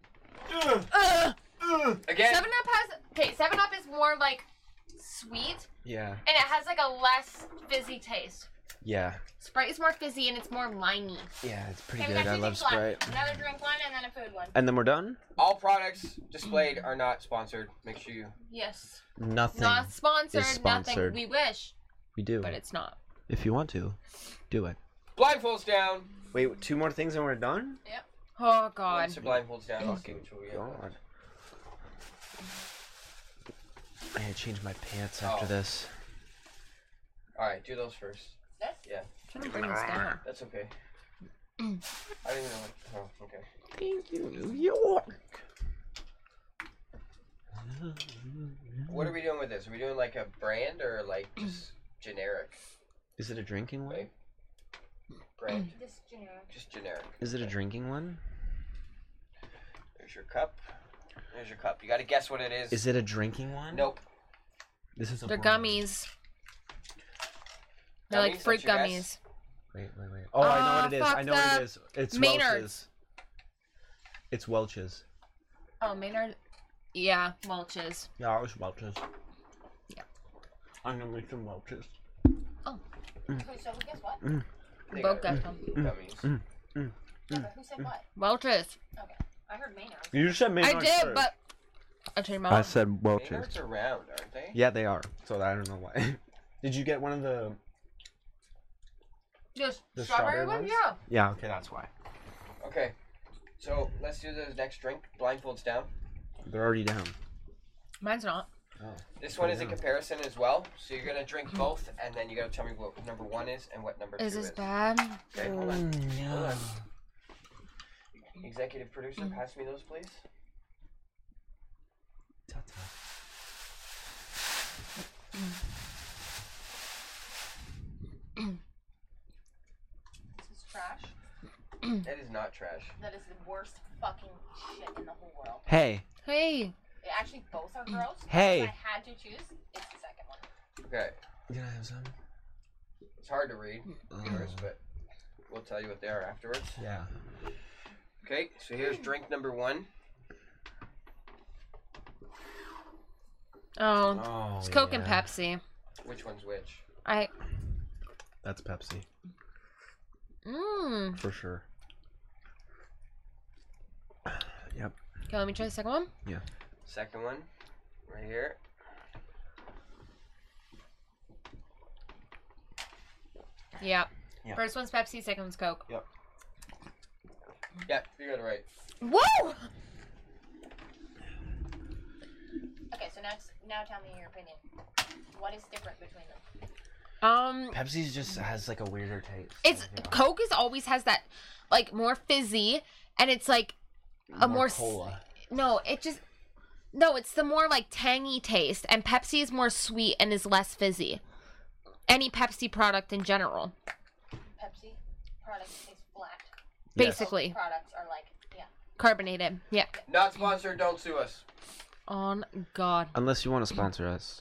D: Ugh.
A: Again.
E: Seven Up has okay. Seven Up is more like sweet,
B: Yeah.
E: and it has like a less fizzy taste.
B: Yeah,
H: Sprite is more fizzy and it's more limey.
B: yeah, it's pretty
H: Okay, we
B: good.
H: got
B: I
H: two
B: love
H: drinks
B: Sprite.
H: left. Another drink one and then a food one.
F: And then we're done?
A: All products displayed are not sponsored. Make sure you.
H: Yes.
B: Nothing.
D: Not sponsored,
B: is
D: nothing.
B: sponsored.
D: We wish,
B: we do.
D: but it's not.
B: If you want to, do it.
A: Blindfolds down.
F: Wait, two more things and we're done?
D: Oh
A: Once
D: god.
A: the blindfolds down, I'll see which one we have.
F: God.
B: I had to change my pants after
A: Oh.
B: this.
A: Alright, do those first.
H: This?
A: Yeah,
D: trying to bring this down.
A: that's okay. I didn't know. what- Oh, okay.
B: Thank you, New York.
A: What are we doing with this? Are we doing like a brand or like just generic?
B: Is it a drinking one?
A: Wait. Brand.
H: This generic.
A: Just generic.
B: Is it a drinking one?
A: There's your cup. There's your cup. You gotta guess what it is.
B: Is it a drinking one?
A: Nope.
B: This is a
D: They're
B: wine.
D: gummies. They're like
A: Gummies,
D: fruit
A: don't you
D: gummies.
A: guess?
B: Wait, wait, wait. Oh, I know what
D: Oh,
B: it is. I
D: fuck
B: know what
D: the
B: it is. It's
D: Maynards.
B: Welch's. It's Welch's.
D: Oh, Maynard. Yeah, Welch's.
F: Yeah, it was Welch's.
D: Yeah.
F: I'm gonna make some Welch's.
H: Wait, so who guess what?
A: They
D: Both
A: got
D: got them.
A: it. gummies.
H: Yeah, but who said what?
D: Welch's.
H: I heard Maynard.
F: You said
D: I
F: Maynard's
D: did,
F: first.
D: but I turned my
B: I
D: mom.
B: said
A: Maynards are round, aren't they?
B: Um, Yeah, they are.
F: So I don't know why. Did you get one of the
D: Yes,
F: the strawberry, ones?
D: Yeah.
B: Yeah.
F: Okay, that's why.
A: Okay. So let's do the next drink. Blindfolds down.
B: They're already down.
D: Mine's not.
A: This one is a
B: Yeah.
A: comparison as well. So you're gonna drink both, and then you gotta tell me what number one is and what number
D: Is
A: two
D: this
A: is.
D: bad?
A: Okay, hold on.
B: Mm,
A: Hold on. Executive producer,
H: Mm.
A: pass me those, please.
H: This is trash. Mm.
A: That is not trash.
H: That is the worst fucking shit in the whole world.
B: Hey,
D: Hey.
H: It, actually, both are gross.
B: Hey.
H: If I had to choose, it's the second one.
A: Okay,
B: can I have some?
A: it's hard to read, of course,
B: Oh,
A: but we'll tell you what they are afterwards.
B: yeah.
A: Okay, so here's drink number one.
D: Oh,
B: Oh,
D: it's Coke and
B: yeah.
D: Pepsi.
A: Which one's which?
D: I.
B: That's Pepsi
D: Mmm.
B: for sure. Yep.
D: Okay, let me try the second one.
A: Second one, right here.
D: Yeah.
F: Yeah.
D: First one's Pepsi, second one's Coke.
A: Yeah, you got it right.
D: Whoa!
H: Okay, so now, it's- now tell me your opinion. What is different between them?
D: Um,
B: Pepsi's just has like a weirder taste.
D: it's Coke is always has that like more fizzy, and it's like a more, s-
B: cola.
D: no, it just no, it's the more like tangy taste, and Pepsi is more sweet and is less fizzy. Any Pepsi product in general,
H: Pepsi products taste flat.
D: basically
H: Coke products are like, yeah.
D: carbonated. Yeah.
A: Not sponsored. Don't sue us.
D: On God,
B: Unless you want to sponsor us.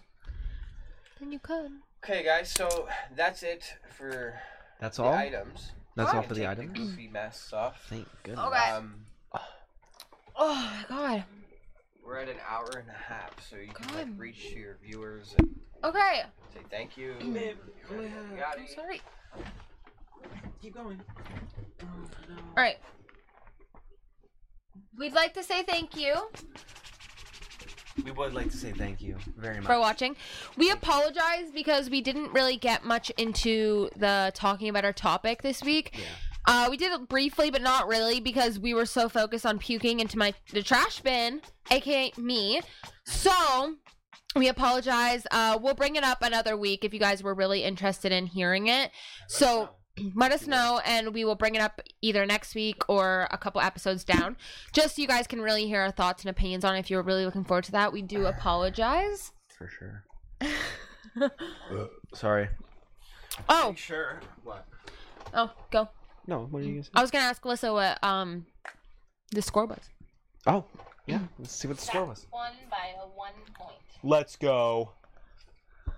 D: then you could.
A: Okay, guys, so that's it for
B: That's
A: the
B: all.
A: items.
B: That's all
A: Can
B: for the
A: take The
B: items.
A: goofy masks off.
B: Thank goodness.
D: Okay.
A: Um,
D: Oh my God.
A: we're at an hour and a half, so you can like
D: God.
A: reach to your viewers and
D: Okay.
A: say thank you.
D: I'm sorry.
I: Keep going. Oh,
D: All right. We'd like to say thank you
B: We would like to say thank you very much.
D: for watching. We apologize because we didn't really get much into the talking about our topic this week.
B: Yeah.
D: Uh, we did it briefly, but not really, because we were so focused on puking into my the trash bin, aka me. So we apologize. Uh, we'll bring it up another week if you guys were really interested in hearing it. So let us know, and we will bring it up either next week or a couple episodes down, just so you guys can really hear our thoughts and opinions on it. If you were really looking forward to that, we do apologize.
B: For sure. Sorry.
D: Oh,
A: Sure. What?
D: oh, go.
B: No, what are you gonna say?
D: I was gonna ask Alyssa what um the score was.
B: Oh, yeah. Let's see what the score
H: That's
B: was.
H: one by a one point.
F: Let's go.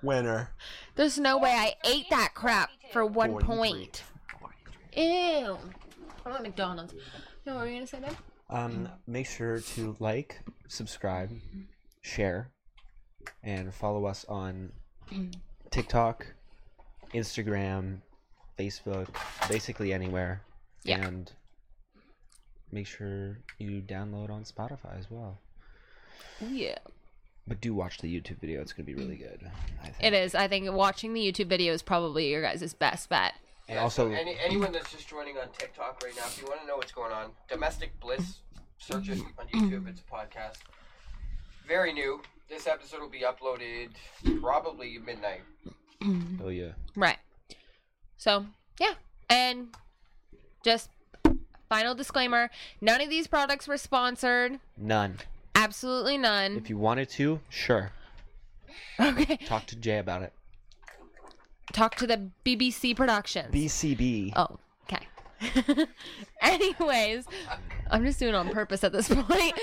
F: Winner.
D: There's no way I ate that crap for one
B: 43.
D: point. Ew. I want McDonald's. No, what were you gonna say, babe?
B: Um, make sure to like, subscribe, share, and follow us on TikTok, Instagram, Facebook, basically anywhere.
D: Yeah.
B: And make sure you download on Spotify as well.
D: Yeah.
B: But do watch the YouTube video; it's gonna be really good. I think.
D: It is. I think watching the YouTube video is probably your guys' best bet.
B: And
A: Yeah,
B: also-
A: so any, anyone that's just joining on TikTok right now, if you want to know what's going on, Domestic Bliss, search it on
D: Mm.
A: YouTube. It's a podcast. Very new. This episode will be uploaded probably midnight.
B: Oh yeah.
D: Right. So, yeah. And just final disclaimer none of these products were sponsored.
B: None.
D: Absolutely none.
B: If you wanted to, sure.
D: Okay.
B: Talk to Jay about it.
D: Talk to the BBC Productions.
B: BCB.
D: Oh, okay. Anyways, I'm just doing it on purpose at this point.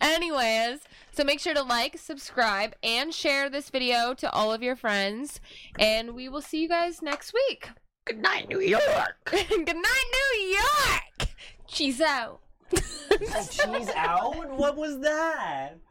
D: Anyways, so make sure to like, subscribe, and share this video to all of your friends. And we will see you guys next week. Good night, New York. Good night, New York. Cheese out.
I: Cheese out? What was that?